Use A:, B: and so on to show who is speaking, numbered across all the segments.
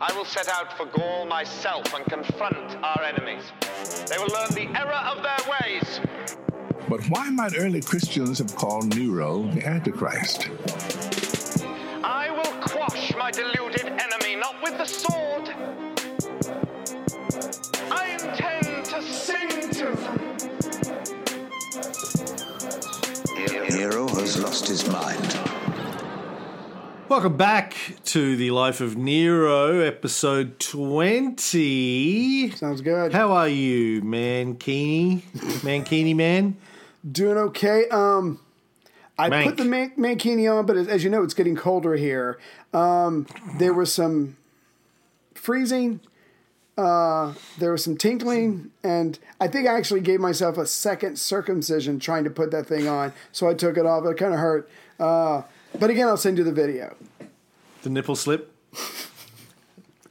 A: I will set out for Gaul myself and confront our enemies. They will learn the error of their ways.
B: But why might early Christians have called Nero the Antichrist?
A: I will quash my deluded enemy, not with the sword. I intend to sing to them.
C: Nero has lost his mind.
D: Welcome back to the Life of Nero, episode 20.
E: Sounds good.
D: How are you, Mankini? Mankini man?
E: Doing okay. Um, I
D: Mank.
E: put the man- mankini on, but as, as you know, it's getting colder here. Um, there was some freezing. Uh, there was some tinkling, and I think I actually gave myself a second circumcision trying to put that thing on. So I took it off. It kind of hurt. Uh, but again, I'll send you the video.
D: The nipple slip?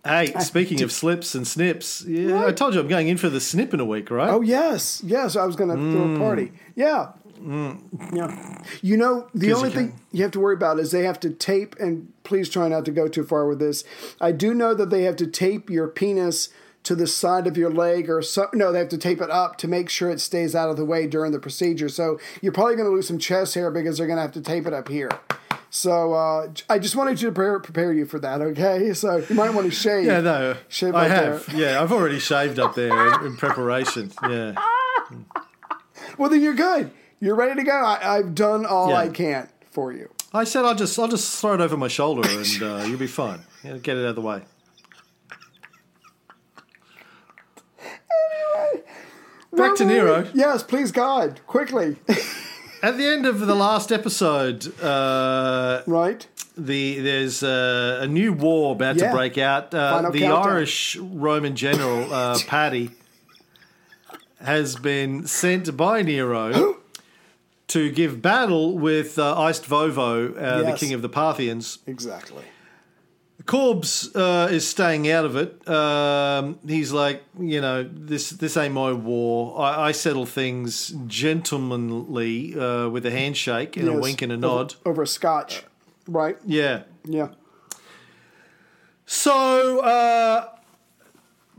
D: Hey, speaking of slips and snips, yeah, I told you I'm going in for the snip in a week, right? Hmm.
E: Oh yes, yes. I was going to throw a party. Yeah, yeah. You know, the
D: you
E: only thing
D: can.
E: you have to worry about is they have to tape. And please try not to go too far with this. I do know that they have to tape your penis to the side of your leg, or so. No, they have to tape it up to make sure it stays out of the way during the procedure. So you're probably going to lose some chest hair because they're going to have to tape it up here. So uh, j- I just wanted you to prepare, prepare you for that, okay? So you might want to shave.
D: Yeah, no,
E: Shave
D: I
E: up
D: have. Yeah, I've already shaved up there in, in preparation. Yeah,
E: Well, then you're good. You're ready to go. I, I've done all
D: Yeah.
E: I can for you.
D: I said I'll just I'll just throw it over my shoulder and uh, you'll be fine. Yeah, get it out of the way. Back to Nero.
E: Yes, please, God, quickly.
D: At the end of the last episode, uh,
E: right?
D: the there's uh, a new war about to
E: Yeah.
D: break out. Uh,
E: Final
D: the
E: countdown.
D: Irish Roman general uh, Paddy has been sent by Nero to give battle with uh, Iced Vovo, uh,
E: Yes.
D: the king of the Parthians.
E: Exactly.
D: Corbs uh, is staying out of it. Um, he's like, you know, this this ain't my war. I, I settle things gentlemanly uh, with a handshake and a
E: Yes.
D: wink and a
E: Over-
D: nod.
E: Over, a scotch, right?
D: Yeah.
E: Yeah.
D: So uh,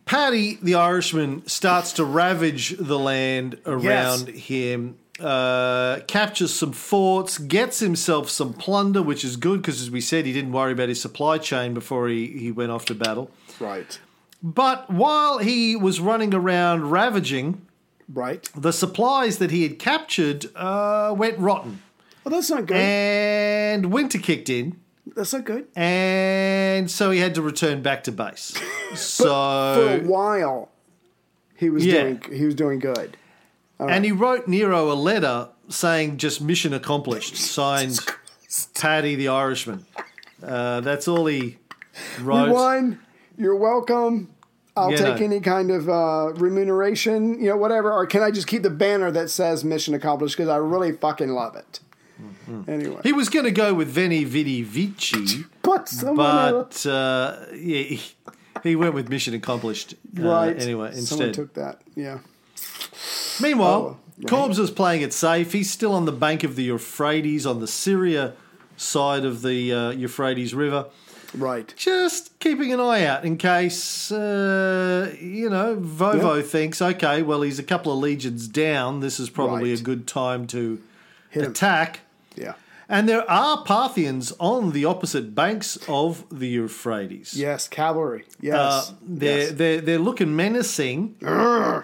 D: Paddy the Irishman starts to ravage the land around him, uh, captures some forts, gets himself some plunder, which is good because, as we said, he didn't worry about his supply chain before he, he went off to battle.
E: Right.
D: But while he was running around ravaging,
E: Right.
D: the supplies that he had captured uh, went rotten.
E: Well, that's not good.
D: And winter kicked in,
E: that's not good.
D: and so he had to return back to base.
E: For a
D: so,
E: while, he was
D: Yeah.
E: doing he was doing good.
D: and he wrote Nero a letter saying, just mission accomplished, signed Paddy the Irishman. Uh, that's all he wrote.
E: You won. You're welcome. I'll
D: Yeah,
E: take
D: no.
E: any kind of uh, remuneration, you know, whatever. Or can I just keep the banner that says "Mission Accomplished" because I really fucking love it.
D: Mm-hmm.
E: Anyway,
D: He was going to go with Veni Vidi Vici.
E: but someone else-
D: but uh, yeah, he, he went with mission accomplished. uh,
E: right
D: Anyway,
E: someone
D: instead.
E: took that. Yeah.
D: Meanwhile,
E: Oh, right.
D: Corbs is playing it safe. He's still on the bank of the Euphrates, on the Syria side of the uh, Euphrates River,
E: Right.
D: just keeping an eye out in case uh, you know Vovo thinks, okay, well he's a couple of legions down. This is probably
E: Right.
D: a good time to
E: him.
D: attack.
E: Yeah.
D: And there are Parthians on the opposite banks of the Euphrates.
E: Yes, cavalry.
D: Uh,
E: Yes.
D: they're,
E: yes.
D: they're they're looking menacing.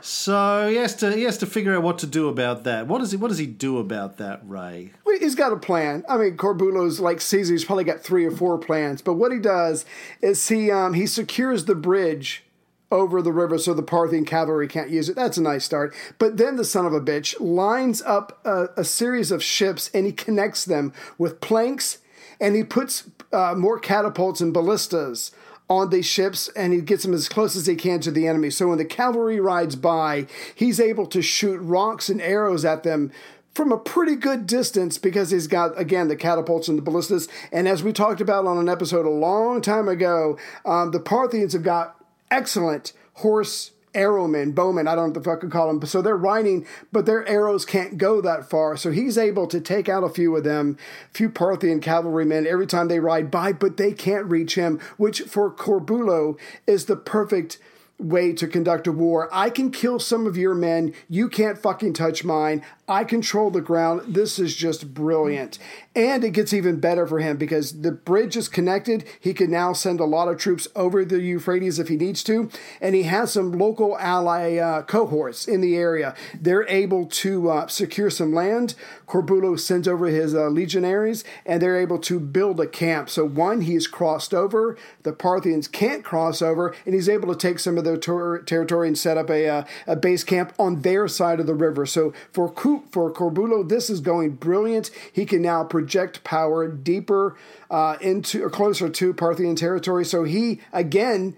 D: So he has to he has to figure out what to do about that. What does he what does he do about that, Ray?
E: Well, He's got a plan. I mean, Corbulo's like Caesar. He's probably got three or four plans. But what he does is he um, he secures the bridge over the river so the Parthian cavalry can't use it. That's a nice start. But then the son of a bitch lines up a, a series of ships and he connects them with planks and he puts uh, more catapults and ballistas on these ships and he gets them as close as he can to the enemy. So when the cavalry rides by, he's able to shoot rocks and arrows at them from a pretty good distance because he's got again the catapults and the ballistas and as we talked about on an episode a long time ago um, the parthians have got excellent horse arrowmen, bowmen, I don't know what the fuck to call them. So they're riding, but their arrows can't go that far. So he's able to take out a few of them, few Parthian cavalrymen every time they ride by, but they can't reach him, which for Corbulo is the perfect way to conduct a war. I can kill some of your men. You can't fucking touch mine. I control the ground. This is just brilliant. And it gets even better for him because the bridge is connected. He can now send a lot of troops over the Euphrates if he needs to. And he has some local ally uh, cohorts in the area. They're able to uh, secure some land. Corbulo sends over his uh, legionaries and they're able to build a camp. So, one, he's crossed over. The Parthians can't cross over. And he's able to take some of their ter- territory and set up a, uh, a base camp on their side of the river. So for Coop, for Corbulo, this is going brilliant. He can now project power deeper uh, into or closer to Parthian territory. So he again.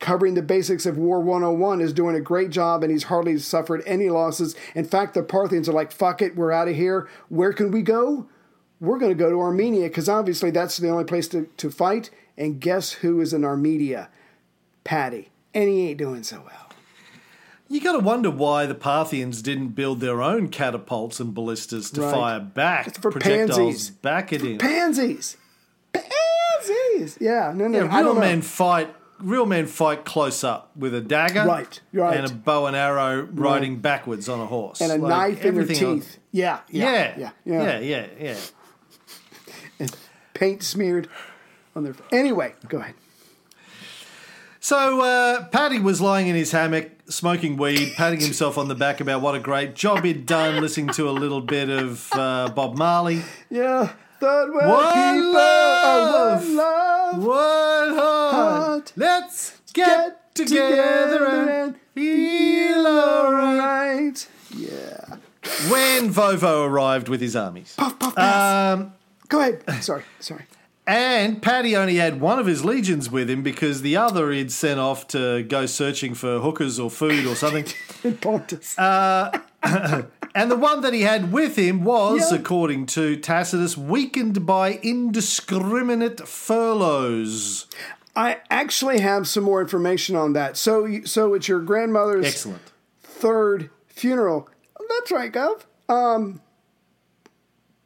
E: Covering the basics of War 101 is doing a great job and he's hardly suffered any losses. In fact, the Parthians are like, fuck it, we're out of here. Where can we go? We're going to go to Armenia because obviously that's the only place to, to fight. And guess who is in Armenia? Patty and he ain't doing so well.
D: You got to wonder why the Parthians didn't build their own catapults and ballistas to
E: Right.
D: fire back
E: It's for
D: projectiles
E: pansies.
D: back at him.
E: Pansies, pansies. Yeah, no,
D: Yeah,
E: no. I
D: real
E: don't know.
D: men fight. Real men fight close up with a dagger,
E: Right, right.
D: and a bow and arrow, riding backwards on a horse,
E: and a
D: Like,
E: knife in your teeth.
D: everything on-
E: yeah,
D: yeah,
E: yeah, yeah, yeah,
D: yeah, yeah.
E: Paint smeared on their. Anyway, go ahead.
D: So uh, Paddy was lying in his hammock, smoking weed, patting himself on the back about what a great job he'd done, listening to a little bit of uh, Bob Marley.
E: Yeah, third world
D: One
E: people.
D: love.
E: Oh, one love.
D: One heart,
E: Heart.
D: let's get,
E: Get
D: together,
E: together
D: and
E: and
D: feel alright.
E: Right.
D: When Vovo arrived with his armies.
E: Go ahead. Sorry, sorry.
D: And Paddy only had one of his legions with him because the other he'd sent off to go searching for hookers or food or something.
E: In Pontus.
D: Uh, and the one that he had with him was,
E: Yeah.
D: according to Tacitus, weakened by indiscriminate furloughs.
E: I actually have some more information on that. So, you- so it's your grandmother's
D: Excellent.
E: third funeral. That's right, Gov. Um,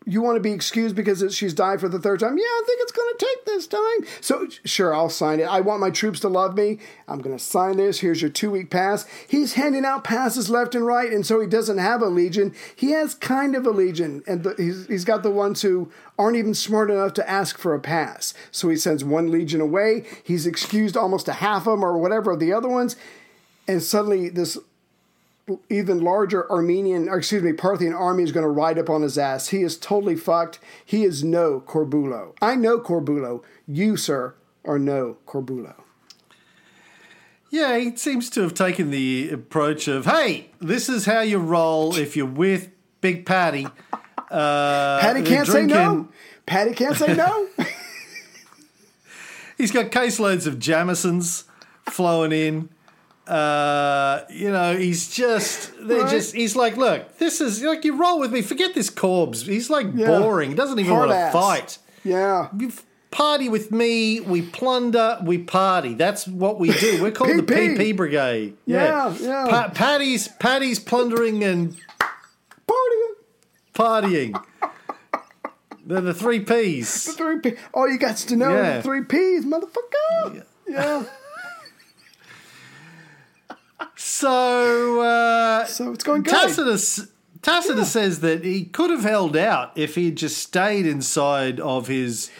E: you want to be excused because it, she's died for the third time? Yeah, I think it's going to take this time. So, sure, I'll sign it. I want my troops to love me. I'm going to sign this. Here's your two week pass. He's handing out passes left and right, and so he doesn't have a legion. He has kind of a legion, and the, he's, he's got the ones who aren't even smart enough to ask for a pass. So he sends one legion away. He's excused almost a half of them or whatever of the other ones, and suddenly this even larger Armenian, or excuse me, Parthian army is going to ride up on his ass. He is totally fucked. He is no Corbulo. I know Corbulo. You, sir, are no Corbulo.
D: Yeah, he seems to have taken the approach of, hey, this is how you roll if you're with Big Paddy.
E: Patty
D: Uh, they're
E: can't say no.
D: drinking.
E: Patty can't say no.
D: He's got caseloads of Jamisons flowing in. Uh, you know, he's just they're
E: Right.
D: just he's like, look, this is like you roll with me. Forget this Corbs. He's like
E: Yeah.
D: boring. He doesn't even
E: Hard
D: want to
E: ass.
D: fight.
E: yeah.
D: You f- party with me. We plunder. We party. That's what we do. We're called the
E: PP.
D: PP Brigade.
E: Yeah, yeah.
D: Pa- Paddy's Paddy's plundering and
E: Party.
D: partying. They're the three P's.
E: Three P. Oh, you got to know
D: Yeah.
E: the three P's, motherfucker. Yeah.
D: So uh,
E: So it's going good.
D: Tacitus Tacitus says that he could have held out if he had just stayed inside of his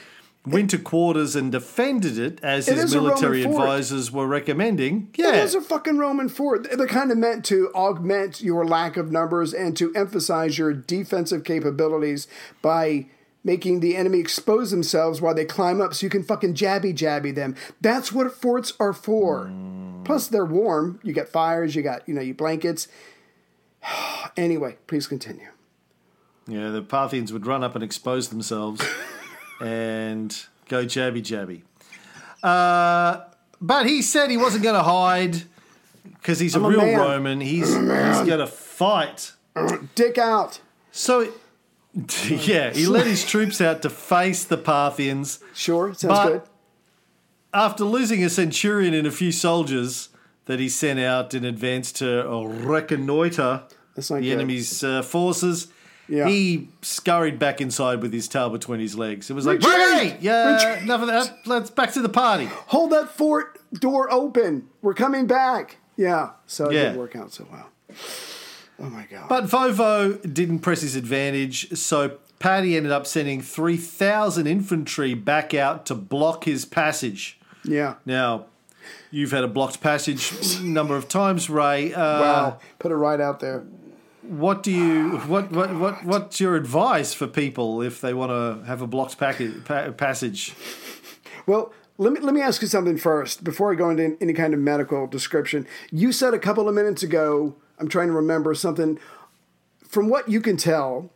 D: winter quarters and defended it as
E: It
D: his
E: is a Roman
D: military
E: fort.
D: advisors were recommending. Yeah.
E: It is a fucking Roman fort. They're kind of meant to augment your lack of numbers and to emphasize your defensive capabilities by making the enemy expose themselves while they climb up so you can fucking jabby jabby them. That's what forts are for.
D: Mm.
E: Plus, they're warm. You got fires, you got, you know, your blankets. anyway, please continue.
D: yeah, the Parthians would run up and expose themselves and go jabby jabby. Uh, but he said he wasn't going to hide because he's a
E: a
D: real
E: man.
D: Roman. He's, he's going to fight.
E: Dick out.
D: So, yeah, he led his troops out to face the Parthians.
E: Sure, sounds
D: But-
E: good.
D: After losing a centurion and a few soldiers, that he sent out in advance to reconnoiter
E: That's
D: the
E: not good.
D: enemy's uh, forces.
E: Yeah.
D: He scurried back inside with his tail between his legs. It was like,
E: Retreat!
D: "Hey, yeah,
E: Retreat!"
D: enough of that. Let's back to the party."
E: Hold that fort door open. We're coming back. Yeah. So it
D: Yeah.
E: didn't work out so well. Oh my god.
D: But Vovo didn't press his advantage, so Paddy ended up sending 3,000 infantry back out to block his passage.
E: yeah.
D: Now, you've had a blocked passage number of times, Ray. Uh,
E: Wow. Put it right out there.
D: What do you what, what what what's your advice for people if they want to have a blocked package, pa- passage?
E: Well, let me let me ask you something first before I go into any kind of medical description. You said a couple of minutes ago. I'm trying to remember something. From what you can tell,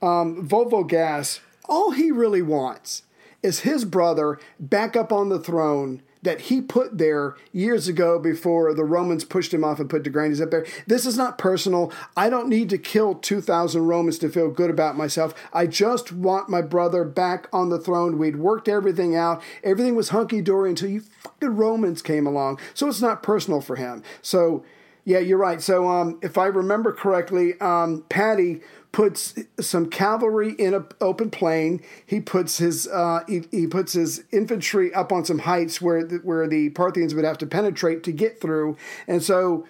E: um, Volvo Gas, all he really wants is his brother back up on the throne that he put there years ago before the Romans pushed him off and put Tigranes up there. This is not personal. I don't need to kill 2,000 Romans to feel good about myself. I just want my brother back on the throne. We'd worked everything out. Everything was hunky-dory until you fucking Romans came along. So it's not personal for him. So yeah, you're right. So, um, if I remember correctly, um, Patty puts some cavalry in an open plain. He puts his uh, he, he puts his infantry up on some heights where the, where the Parthians would have to penetrate to get through. And so,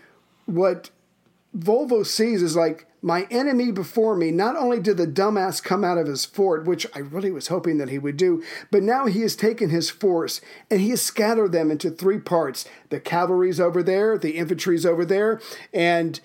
E: what Volvo sees is like my enemy before me. Not only did the dumbass come out of his fort, which I really was hoping that he would do, but now he has taken his force and he has scattered them into three parts. The cavalry's over there, the infantry's over there, and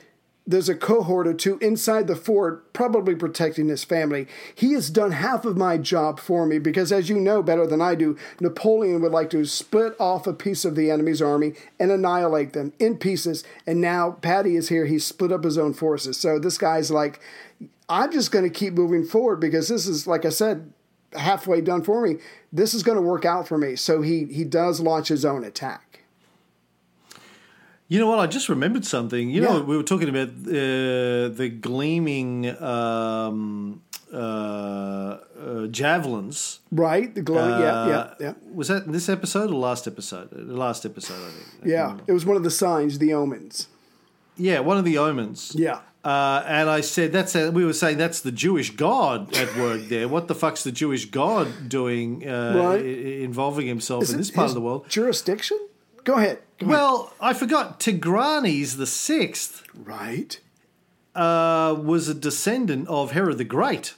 E: there's a cohort or two inside the fort, probably protecting his family. He has done half of my job for me because, as you know better than I do, Napoleon would like to split off a piece of the enemy's army and annihilate them in pieces. And now Patty is here. He's split up his own forces. So this guy's like, I'm just going to keep moving forward because this is, like I said, halfway done for me. This is going to work out for me. So he he does launch his own attack.
D: You know what? I just remembered something. You know,
E: Yeah.
D: we were talking about uh, the gleaming um, uh, uh, javelins.
E: Right? The glow. yeah, yeah,
D: Uh,
E: yeah.
D: Was that in this episode or last episode? Uh, Last episode, I think.
E: Yeah. It was one of the signs, the omens.
D: Yeah, one of the omens.
E: Yeah.
D: Uh, and I said, "That's a, we were saying that's the Jewish God at work there. What the fuck's the Jewish God doing uh,
E: Right.
D: i- involving himself in
E: it
D: this part
E: his
D: of the world?"
E: Jurisdiction? Go ahead. Go ahead.
D: Well, I forgot Tigranes the sixth
E: Right.
D: uh, was a descendant of Herod the Great.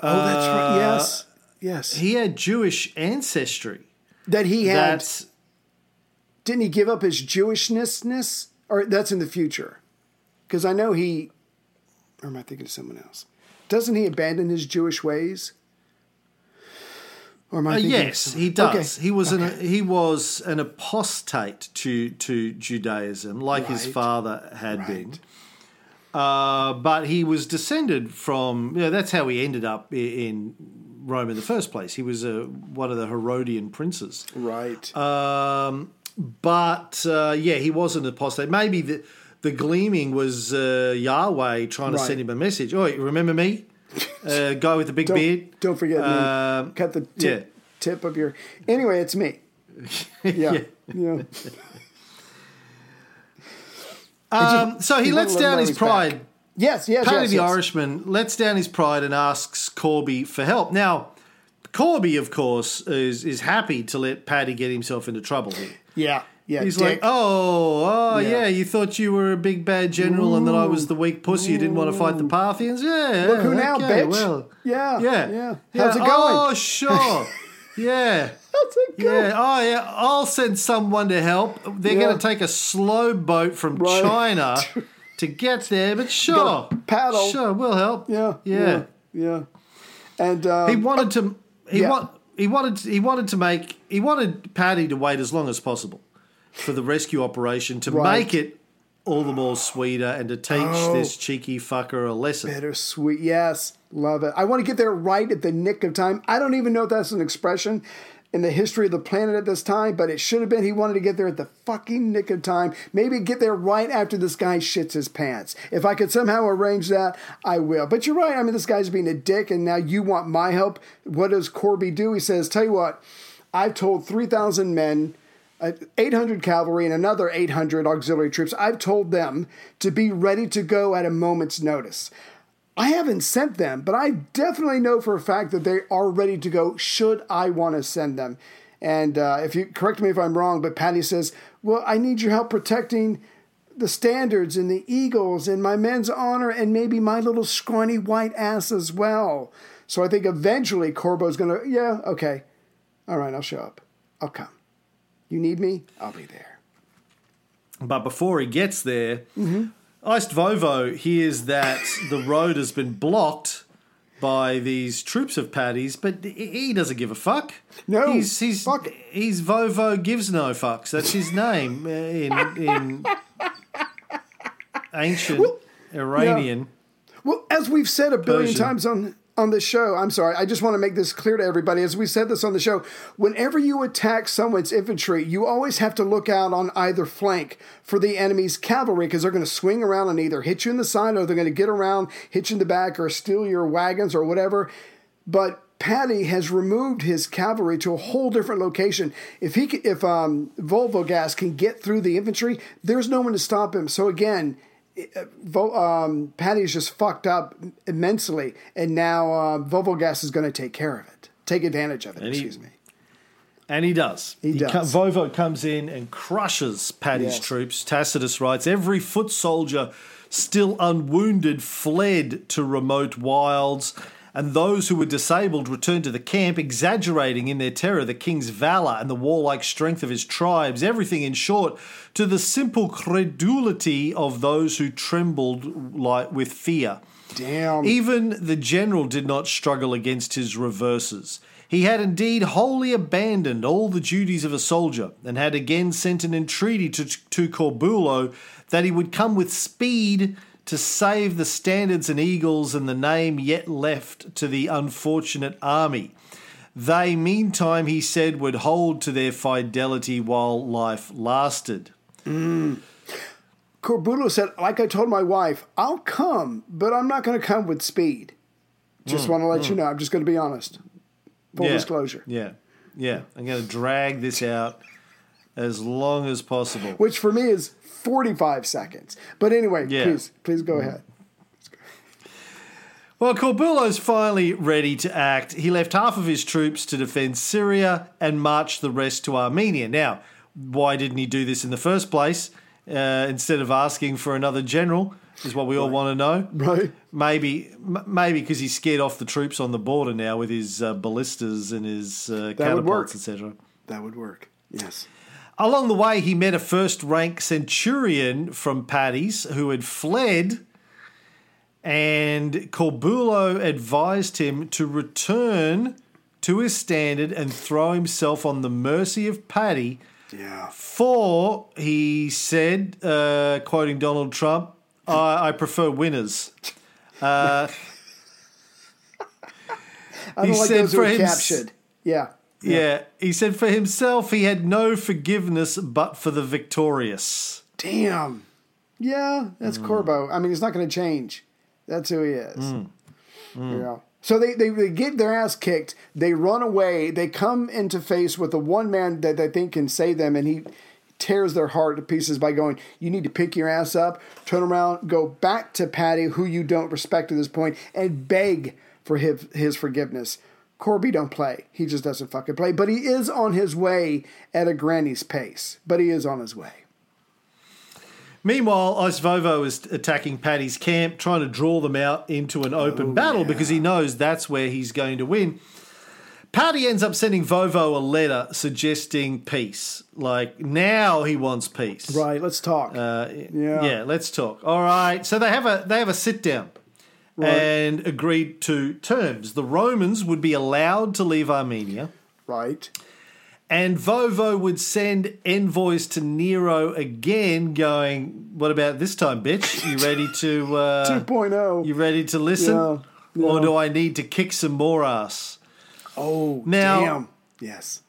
E: Oh, that's right. Yes. Yes.
D: Uh, He had Jewish ancestry.
E: that he had.
D: That's
E: Didn't he give up his Jewishness? Or that's in the future. Because I know he. Or am I thinking of someone else? Doesn't he abandon his Jewish ways? Or am I
D: Uh,
E: thinking of
D: yes,
E: someone-
D: he does.
E: Okay.
D: He was an he was an apostate to to Judaism, like his
E: Right.
D: father had
E: Right.
D: been. Uh, but he was descended from. You know, that's how he ended up i- in Rome in the first place. He was a, one of the Herodian princes.
E: Right.
D: Um, but uh, yeah, he was an apostate. Maybe the the gleaming was uh, Yahweh trying to
E: Right.
D: send him a message. Oh, remember me? Uh, guy with the big
E: don't,
D: beard.
E: don't forget me.
D: um,
E: Cut the tip,
D: yeah.
E: tip of your. Anyway, it's me. Yeah. yeah.
D: Um, so he
E: wouldn't
D: lets
E: let him
D: down
E: know
D: his
E: he's
D: pride.
E: back. Yes, yes,
D: Paddy
E: yes,
D: the
E: yes.
D: Irishman lets down his pride and asks Corby for help. Now, Corby, of course, is is happy to let Paddy get himself into trouble here.
E: Yeah. Yeah.
D: He's
E: dick.
D: like, oh, oh,
E: Yeah.
D: yeah. you thought you were a big bad general and that I was the weak pussy who didn't want to fight the Parthians? Yeah.
E: Look who
D: yeah,
E: now,
D: okay,
E: bitch.
D: Well,
E: yeah.
D: yeah.
E: Yeah.
D: yeah.
E: How's it going?
D: Oh, sure. yeah.
E: How's it going?
D: Yeah, oh yeah, I'll send someone to help. They're
E: Yeah.
D: going to take a slow boat from
E: Right.
D: China to get there, but sure,
E: Gotta paddle.
D: sure, we'll help.
E: Yeah.
D: yeah.
E: Yeah. yeah. And um,
D: He wanted to. He
E: Yeah.
D: want. He wanted. He wanted to make. He wanted Paddy to wait as long as possible for the rescue operation to
E: Right.
D: make it all the more sweeter and to teach this cheeky fucker a lesson.
E: bittersweet. Yes. Love it. I want to get there right at the nick of time. I don't even know if that's an expression in the history of the planet at this time, but it should have been. He wanted to get there at the fucking nick of time. Maybe get there right after this guy shits his pants. If I could somehow arrange that, I will. But you're right. I mean, this guy's being a dick, and now you want my help. What does Corby do? He says, Tell you what, I've told 3,000 men uh, 800 cavalry and another 800 auxiliary troops. I've told them to be ready to go at a moment's notice. I haven't sent them, but I definitely know for a fact that they are ready to go should I want to send them. And uh, if you correct me if I'm wrong, but Patty says, Well, I need your help protecting the standards and the eagles and my men's honor and maybe my little scrawny white ass as well. So I think eventually Corbo's gonna, yeah, okay. All right, I'll show up. I'll come. You need me? I'll be there.
D: But before he gets there,
E: Mm-hmm.
D: Iced Vovo hears that the road has been blocked by these troops of paddies, but he- he doesn't give a fuck.
E: No,
D: he's he's,
E: fuck.
D: he's Vovo gives no fucks. That's his name uh, in in ancient Iranian.
E: Well, as we've said a billion
D: Persian.
E: times on on the show, I'm sorry, I just want to make this clear to everybody. As we said this on the show, whenever you attack someone's infantry, you always have to look out on either flank for the enemy's cavalry because they're going to swing around and either hit you in the side or they're going to get around, hit you in the back, or steal your wagons or whatever. But Patty has removed his cavalry to a whole different location. If he, c- if um, Volvo Gas can get through the infantry, there's no one to stop him. So again, Vo- um, Patty's just fucked up immensely, and now uh, Vovogas is going to take care of it, take advantage of it.
D: he-
E: excuse me.
D: And he does.
E: He does.
D: co- Vovo comes in and crushes Paddy's
E: Yes.
D: troops. Tacitus writes Every foot soldier still unwounded fled to remote wilds, and those who were disabled returned to the camp, exaggerating in their terror the king's valour and the warlike strength of his tribes. Everything, in short, to the simple credulity of those who trembled like with fear.
E: Damn.
D: Even the general did not struggle against his reverses. He had indeed wholly abandoned all the duties of a soldier, and had again sent an entreaty to, to Corbulo that he would come with speed to save the standards and eagles and the name yet left to the unfortunate army. They, meantime, he said, would hold to their fidelity while life lasted.
E: Corbulo said, like I told my wife, I'll come, but I'm not going to come with speed. Just want to let you know. I'm just going to be honest.
D: Hmm.
E: Full
D: Yeah.
E: disclosure.
D: Yeah, yeah. I'm going to drag this out as long as possible.
E: Which for me is 45 seconds. But anyway,
D: Yeah. Hmm.
E: please, please go ahead.
D: While Corbulo's finally ready to act, he left half of his troops to defend Syria and marched the rest to Armenia. Now, why didn't he do this in the first place uh, instead of asking for another general? Is what we all want to know.
E: Right?
D: Maybe, m- maybe because he scared off the troops on the border now with his uh, ballistas and his uh,
E: would work.
D: catapults, etc.
E: That would work. Yes.
D: Along the way, he met a first rank centurion from Paddy's who had fled, and Corbulo advised him to return to his standard and throw himself on the mercy of Paddy.
E: Yeah.
D: For, he said, uh, quoting Donald Trump, I, I prefer winners. Uh,
E: I don't
D: He
E: like
D: said
E: those who are
D: for hims-
E: captured. Yeah.
D: yeah, he said for himself, he had no forgiveness but for the victorious.
E: Damn. Yeah, that's Corbo. I mean, it's not going to change. That's who he is. Yeah. So they, they, they get their ass kicked. They run away. They come into face with the one man that they think can save them, and he tears their heart to pieces by going, You need to pick your ass up, turn around, go back to Patty, who you don't respect at this point, and beg for his, his forgiveness. Corby don't play. He just doesn't fucking play. But he is on his way at a granny's pace. But he is on his way.
D: Meanwhile, Ice Vovo is attacking Paddy's camp, trying to draw them out into an
E: Oh,
D: open battle because he knows that's where he's going to win. Paddy ends up sending Vovo a letter suggesting peace. Like, now he wants peace.
E: Right, let's talk. yeah.
D: Uh, Yeah, let's talk. All right. So they have a they have a sit down and agreed to terms. The Romans would be allowed to leave Armenia.
E: Right.
D: And Vovo would send envoys to Nero again, going, "What about this time, bitch? You ready to? Uh,
E: 2.0.
D: you ready to listen,
E: Yeah,
D: or do I need to kick some more ass?"
E: oh,
D: Now-
E: damn. Yes.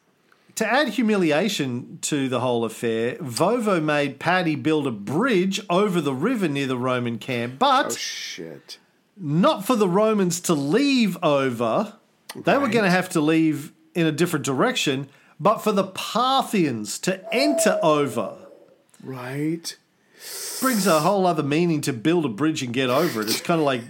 D: To add humiliation to the whole affair, Vovo made Paddy build a bridge over the river near the Roman camp,
E: Oh,
D: but
E: Shit.
D: not for the Romans to leave over. They were going to have to leave in a different direction, but for the Parthians to enter over.
E: Right.
D: Brings a whole other meaning to build a bridge and get over it. It's kind of like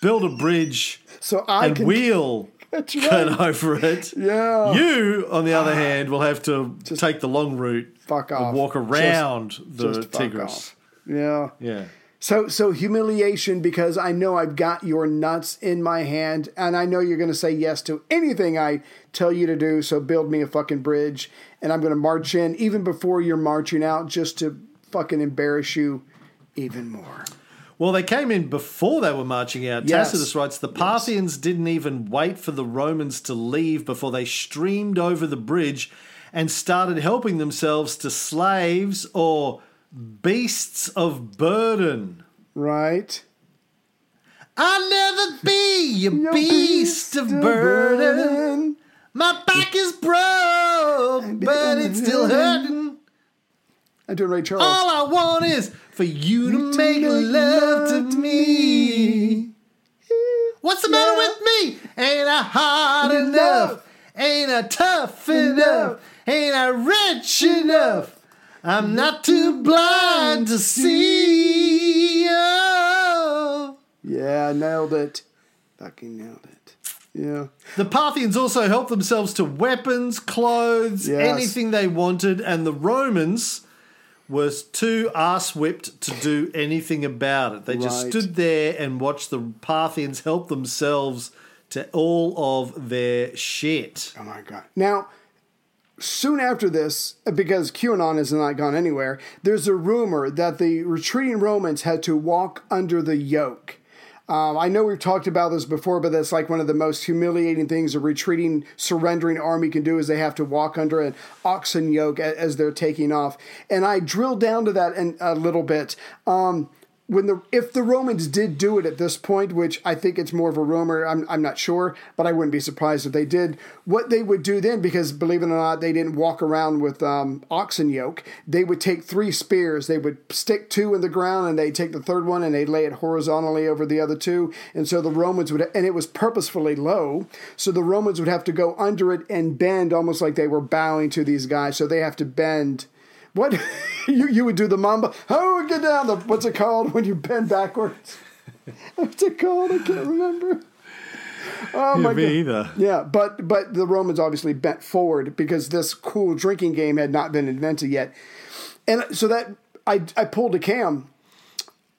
D: build a bridge
E: So I
D: and
E: can.
D: wheel
E: That's
D: get over it.
E: Yeah. Ah.
D: You, on the other hand, will have to take the long route
E: Fuck off.
D: and walk around the
E: Just fuck
D: Tigris.
E: off. Yeah.
D: Yeah.
E: So so humiliation because I know I've got your nuts in my hand and I know you're going to say yes to anything I tell you to do. So build me a fucking bridge and I'm going to march in even before you're marching out just to fucking embarrass you even more.
D: Well, they came in before they were marching out.
E: Yes.
D: Tacitus writes the Parthians didn't even wait for the Romans to leave before they streamed over the bridge and started helping themselves to slaves or beasts of burden.
E: Right?
D: I'll never be a beast, of
E: Beast
D: burden. My back is broke, but it's still hurting.
E: I'm doing Ray Charles.
D: All I want is for you to make love to me. What's the matter with me? Ain't I hard enough? Ain't I tough enough? Ain't I rich enough? I'm not too blind to see. Oh.
E: Yeah, nailed it. Fucking nailed it. Yeah.
D: The Parthians also helped themselves to weapons, clothes,
E: Yes.
D: anything they wanted, and the Romans was too ass whipped to do anything about it. They just
E: Right.
D: stood there and watched the Parthians help themselves to all of their shit.
E: Oh my god. Now, soon after this, because QAnon has not gone anywhere, there's a rumor that the retreating Romans had to walk under the yoke. Um, I know we've talked about this before, but that's like one of the most humiliating things a retreating, surrendering army can do is they have to walk under an oxen yoke a- as they're taking off. And I drilled down to that in a little bit. Um, when the if the Romans did do it at this point, which I think it's more of a rumor, I'm I'm not sure, but I wouldn't be surprised if they did. What they would do then, because believe it or not, they didn't walk around with um, oxen yoke. They would take three spears. They would stick two in the ground, and they take the third one and they lay it horizontally over the other two. And so the Romans would, and it was purposefully low, so the Romans would have to go under it and bend, almost like they were bowing to these guys. So they have to bend. What you you would do the mamba? Oh, get down the what's it called when you bend backwards? what's it called? I can't remember. Oh my god!
D: either.
E: Yeah, but but the Romans obviously bent forward because this cool drinking game had not been invented yet, and so that I I pulled a cam.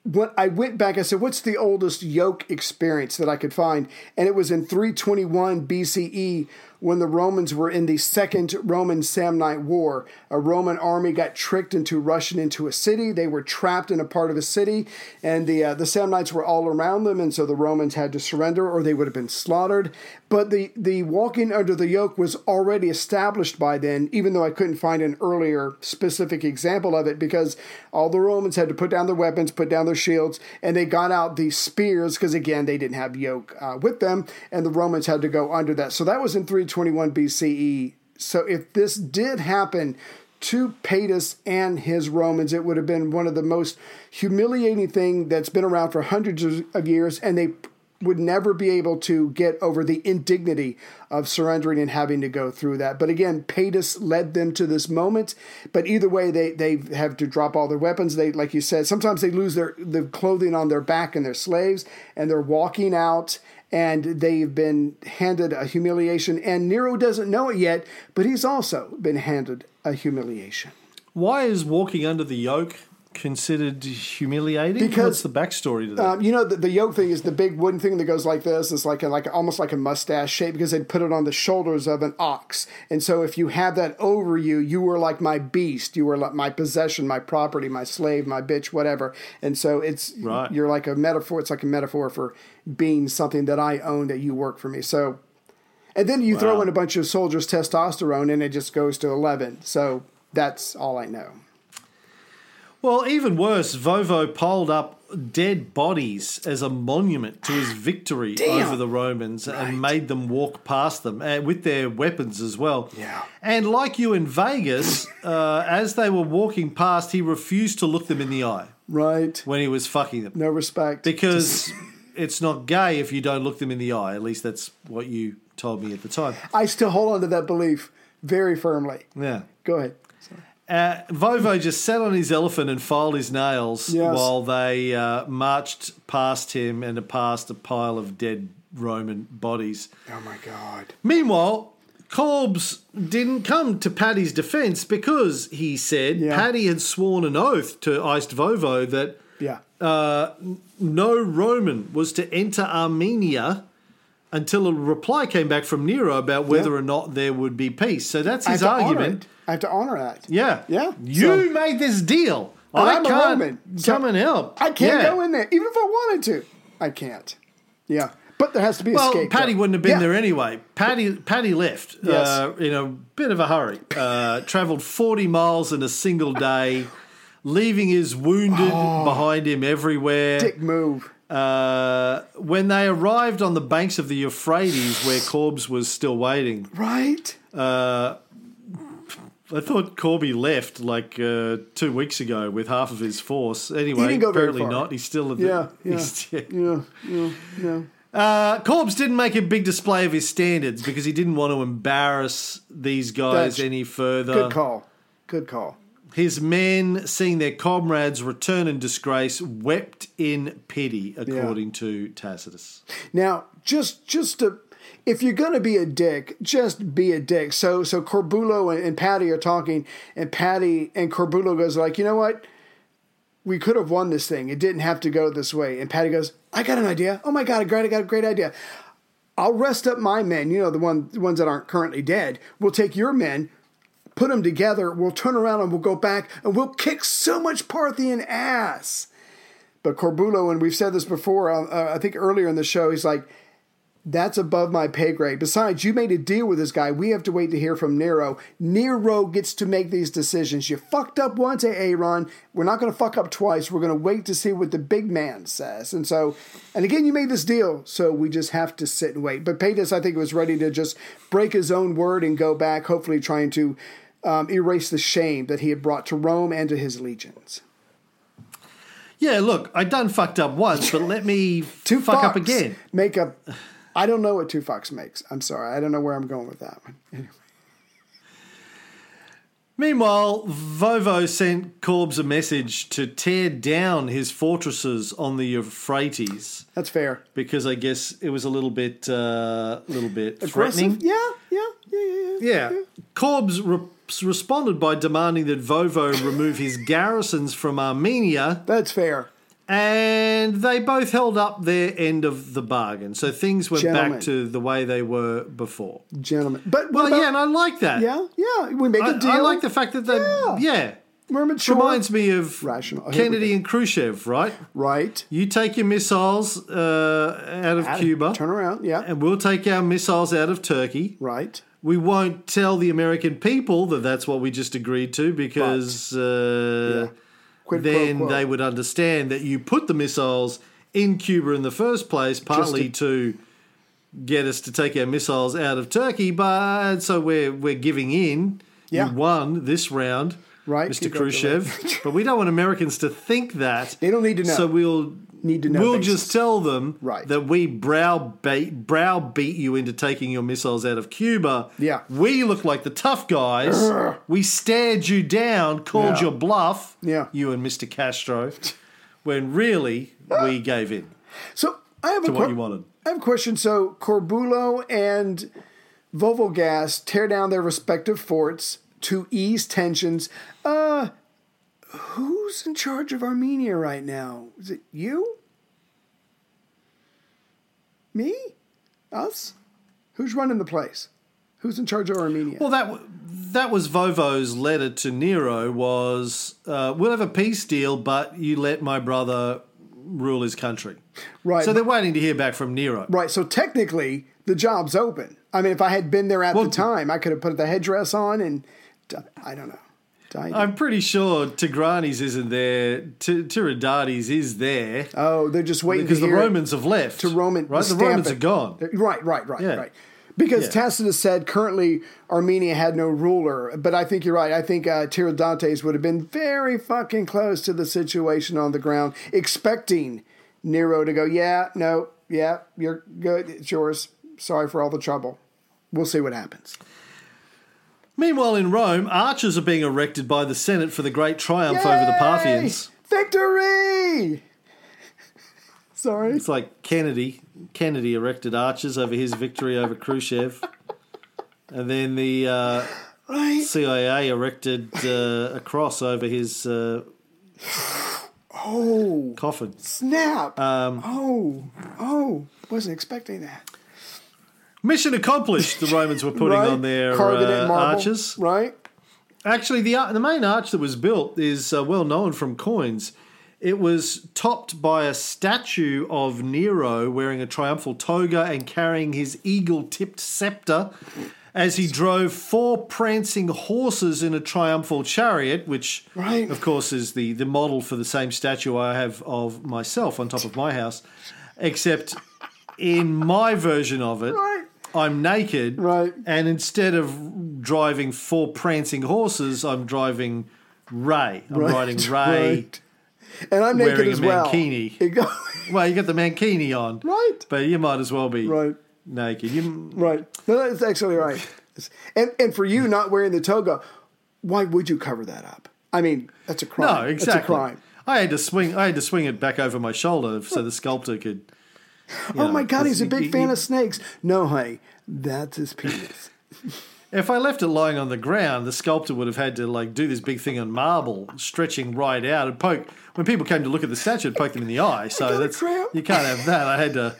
E: When I went back, I said, "What's the oldest yoke experience that I could find?" And it was in 321 BCE E when the Romans were in the Second Roman Samnite War. A Roman army got tricked into rushing into a city. They were trapped in a part of a city, and the uh, the Samnites were all around them, and so the Romans had to surrender, or they would have been slaughtered. But the the walking under the yoke was already established by then, even though I couldn't find an earlier specific example of it, because all the Romans had to put down their weapons, put down their shields, and they got out these spears because again they didn't have yoke uh, with them, and the Romans had to go under that. So that was in 321 BCE. E. So if this did happen to Paetus and his Romans, it would have been one of the most humiliating thing that's been around for hundreds of of years, and they would never be able to get over the indignity of surrendering and having to go through that. But again, Paetus led them to this moment. But either way, they they have to drop all their weapons. They, like you said, sometimes they lose their the clothing on their back and their slaves, and they're walking out. And they've been handed a humiliation, and Nero doesn't know it yet, but he's also been handed a humiliation.
D: Why is walking under the yoke considered humiliating? What's
E: Because-
D: the backstory to that?
E: Um, you know the, the yoke thing is the big wooden thing that goes like this. It's like a, like almost like a mustache shape because they'd put it on the shoulders of an ox. And so if you had that over you, you were like my beast. You were like my possession, my property, my slave, my bitch, whatever. And so it's
D: Right.
E: you're like a metaphor. It's like a metaphor for being something that I own that you work for me. So, and then you throw in a bunch of soldiers' testosterone, and it just goes to eleven. So that's all I know.
D: Well, even worse, Vovo piled up dead bodies as a monument to his victory
E: Damn.
D: over the Romans and made them walk past them and with their weapons as well.
E: Yeah.
D: And like you in Vegas, uh, as they were walking past, he refused to look them in the eye
E: Right?
D: when he was fucking them
E: No respect.
D: because it's not gay if you don't look them in the eye. At least that's what you told me at the time.
E: I still hold on to that belief. very firmly.
D: Yeah.
E: Go ahead.
D: Uh, Vovo just sat on his elephant and filed his nails
E: Yes.
D: while they uh, marched past him and past a pile of dead Roman bodies.
E: Oh my god.
D: Meanwhile, Corbs didn't come to Paddy's defense because he said
E: Yeah.
D: Paddy had sworn an oath to Iced Vovo that
E: Yeah.
D: Uh, no Roman was to enter Armenia until a reply came back from Nero about whether
E: Yeah.
D: or not there would be peace. So that's
E: I have
D: his
E: to honor
D: argument.
E: it. I have to honor that.
D: Yeah.
E: Yeah.
D: You
E: So-
D: made this deal.
E: But
D: I
E: I'm a
D: can't
E: Roman, so
D: come and help.
E: I can't
D: Yeah.
E: go in there, even if I wanted to. I can't. Yeah. But there has to be a
D: Well,
E: scapegoat.
D: Paddy wouldn't have been
E: Yeah.
D: there anyway. Paddy, Paddy left
E: Yes.
D: uh, in a bit of a hurry. Uh, Travelled forty miles in a single day, leaving his wounded behind him everywhere.
E: Oh. Dick move.
D: Uh, when they arrived on the banks of the Euphrates, where Corbs was still waiting,
E: Right?
D: I thought Corby left like uh, two weeks ago with half of his force. Anyway,
E: didn't go very
D: apparently
E: far.
D: not. He's still at the.
E: Yeah, yeah,
D: he's-
E: yeah, yeah, yeah.
D: Uh, Corbs didn't make a big display of his standards because he didn't want to embarrass these guys
E: That's-
D: any further.
E: Good call. Good call.
D: His men, seeing their comrades return in disgrace, wept in pity, according to Tacitus.
E: Now, just just to if you're gonna be a dick, just be a dick. So so Corbulo and, and Patty are talking, and Patty and Corbulo goes like, you know what? We could have won this thing. It didn't have to go this way. And Patty goes, I got an idea. Oh my god, I got, I got a great idea. I'll rest up my men, you know, the one the ones that aren't currently dead. We'll take your men, put them together, we'll turn around and we'll go back and we'll kick so much Parthian ass. But Corbulo, and we've said this before, uh, I think earlier in the show, he's like, that's above my pay grade. Besides, you made a deal with this guy. We have to wait to hear from Nero. Nero gets to make these decisions. You fucked up once, eh, Aaron. We're not going to fuck up twice. We're going to wait to see what the big man says. And so, and again, you made this deal, so we just have to sit and wait. But Paytas, I think, was ready to just break his own word and go back, hopefully trying to um, erase the shame that he had brought to Rome and to his legions.
D: Yeah, look, I done fucked up once, but let me
E: Two
D: fuck
E: fucks
D: up again.
E: Make a. I don't know what two fucks makes. I'm sorry. I don't know where I'm going with that one.
D: Meanwhile, Vovo sent Corbs a message to tear down his fortresses on the Euphrates
E: That's fair.
D: because I guess it was a little bit, uh, little bit
E: Aggressive?
D: threatening.
E: Yeah, yeah, yeah, yeah, yeah.
D: Yeah. Corbs re- responded by demanding that Vovo remove his garrisons from Armenia,
E: That's fair.
D: and they both held up their end of the bargain. So things went
E: Gentlemen.
D: back to the way they were before.
E: Gentlemen. But what
D: Well, yeah,
E: about,
D: and I like that.
E: yeah, yeah, We make a
D: I,
E: deal.
D: I like the fact that they,
E: Yeah.
D: yeah.
E: We're
D: It
E: mature.
D: reminds me of
E: Rational. Here we
D: Kennedy and Khrushchev, right?
E: Right.
D: You take your missiles uh, out of Cuba,
E: Turn around. Yeah.
D: and we'll take our missiles out of Turkey.
E: right.
D: We won't tell the American people that that's what we just agreed to because uh,
E: Quid pro
D: then
E: quo.
D: they would understand that you put the missiles in Cuba in the first place, partly to get us to take our missiles out of Turkey. But so we're we're giving in.
E: Yeah.
D: You won this round,
E: Right,
D: Mr.
E: congratulations.
D: Khrushchev? but we don't want Americans to think that.
E: They don't need to know.
D: So we'll
E: Need to know
D: We'll
E: basis.
D: just tell them
E: Right.
D: that we browbeat browbeat you into taking your missiles out of Cuba.
E: Yeah.
D: We look like the tough guys. We stared you down, called
E: Yeah.
D: your bluff
E: Yeah.
D: you and Mr. Castro, when really we gave in
E: So I have a
D: to what
E: que-
D: you wanted.
E: I have a question. So Corbulo and Vogelgas tear down their respective forts to ease tensions. Uh, who's in charge of Armenia right now? Is it you? Me? Us? Who's running the place? Who's in charge of Armenia?
D: Well, that w- that was Vovo's letter to Nero was uh, we'll have a peace deal, but you let my brother rule his country.
E: right.
D: So they're waiting to hear back from Nero.
E: right. So technically, the job's open. I mean, if I had been there at
D: Well-
E: the time, I could have put the headdress on and I don't know. Died.
D: I'm pretty sure Tigranes isn't there. T- Tiridates is there
E: oh, they're just waiting
D: because
E: to
D: the
E: hear it.
D: Romans have left.
E: to Roman.
D: right? The
E: stamp
D: Romans
E: it.
D: are gone.
E: Right, right, right,
D: Yeah.
E: right. Because
D: Yeah.
E: Tacitus said currently Armenia had no ruler, but I think you're right. I think uh, Tiridates would have been very fucking close to the situation on the ground, expecting Nero to go, yeah, no, yeah, you're good, it's yours. Sorry for all the trouble. We'll see what happens.
D: Meanwhile, in Rome, archers are being erected by the Senate for the great triumph over the
E: Yay!
D: Parthians.
E: Victory! Sorry.
D: It's like Kennedy. Kennedy erected arches over his victory over Khrushchev. And then the uh,
E: Right.
D: CIA erected uh, a cross over his uh,
E: Oh,
D: coffin. Um,
E: snap. oh, oh, wasn't expecting that.
D: Mission accomplished, the Romans were putting
E: right?
D: on their
E: Carved it in
D: uh,
E: marble,
D: arches.
E: Right?
D: Actually, the ar- the main arch that was built is uh, well known from coins. It was topped by a statue of Nero wearing a triumphal toga and carrying his eagle tipped scepter as he drove four prancing horses in a triumphal chariot, which,
E: Right.
D: of course, is the, the model for the same statue I have of myself on top of my house. Except in my version of it,
E: Right.
D: I'm naked.
E: Right.
D: And instead of driving four prancing horses, I'm driving Ray. I'm
E: Right,
D: riding Ray.
E: right. And I'm naked
D: Wearing a
E: as well.
D: mankini.
E: It go-
D: Well, you got the mankini on.
E: Right.
D: But you might as well be
E: Right.
D: naked. You,
E: right. No, that's actually right. And and for you not wearing the toga, why would you cover that up? I mean, that's a crime.
D: no, exactly.
E: That's a crime.
D: I had to swing. I had to swing it back over my shoulder so the sculptor could.
E: Oh my God, he's a big fan of snakes. No, honey, that's his penis.
D: If I left it lying on the ground, the sculptor would have had to like do this big thing on marble, stretching right out and poke. When people came to look at the statue, it poked them in the eye. So
E: got a
D: that's
E: cramp.
D: you can't have that. I had to.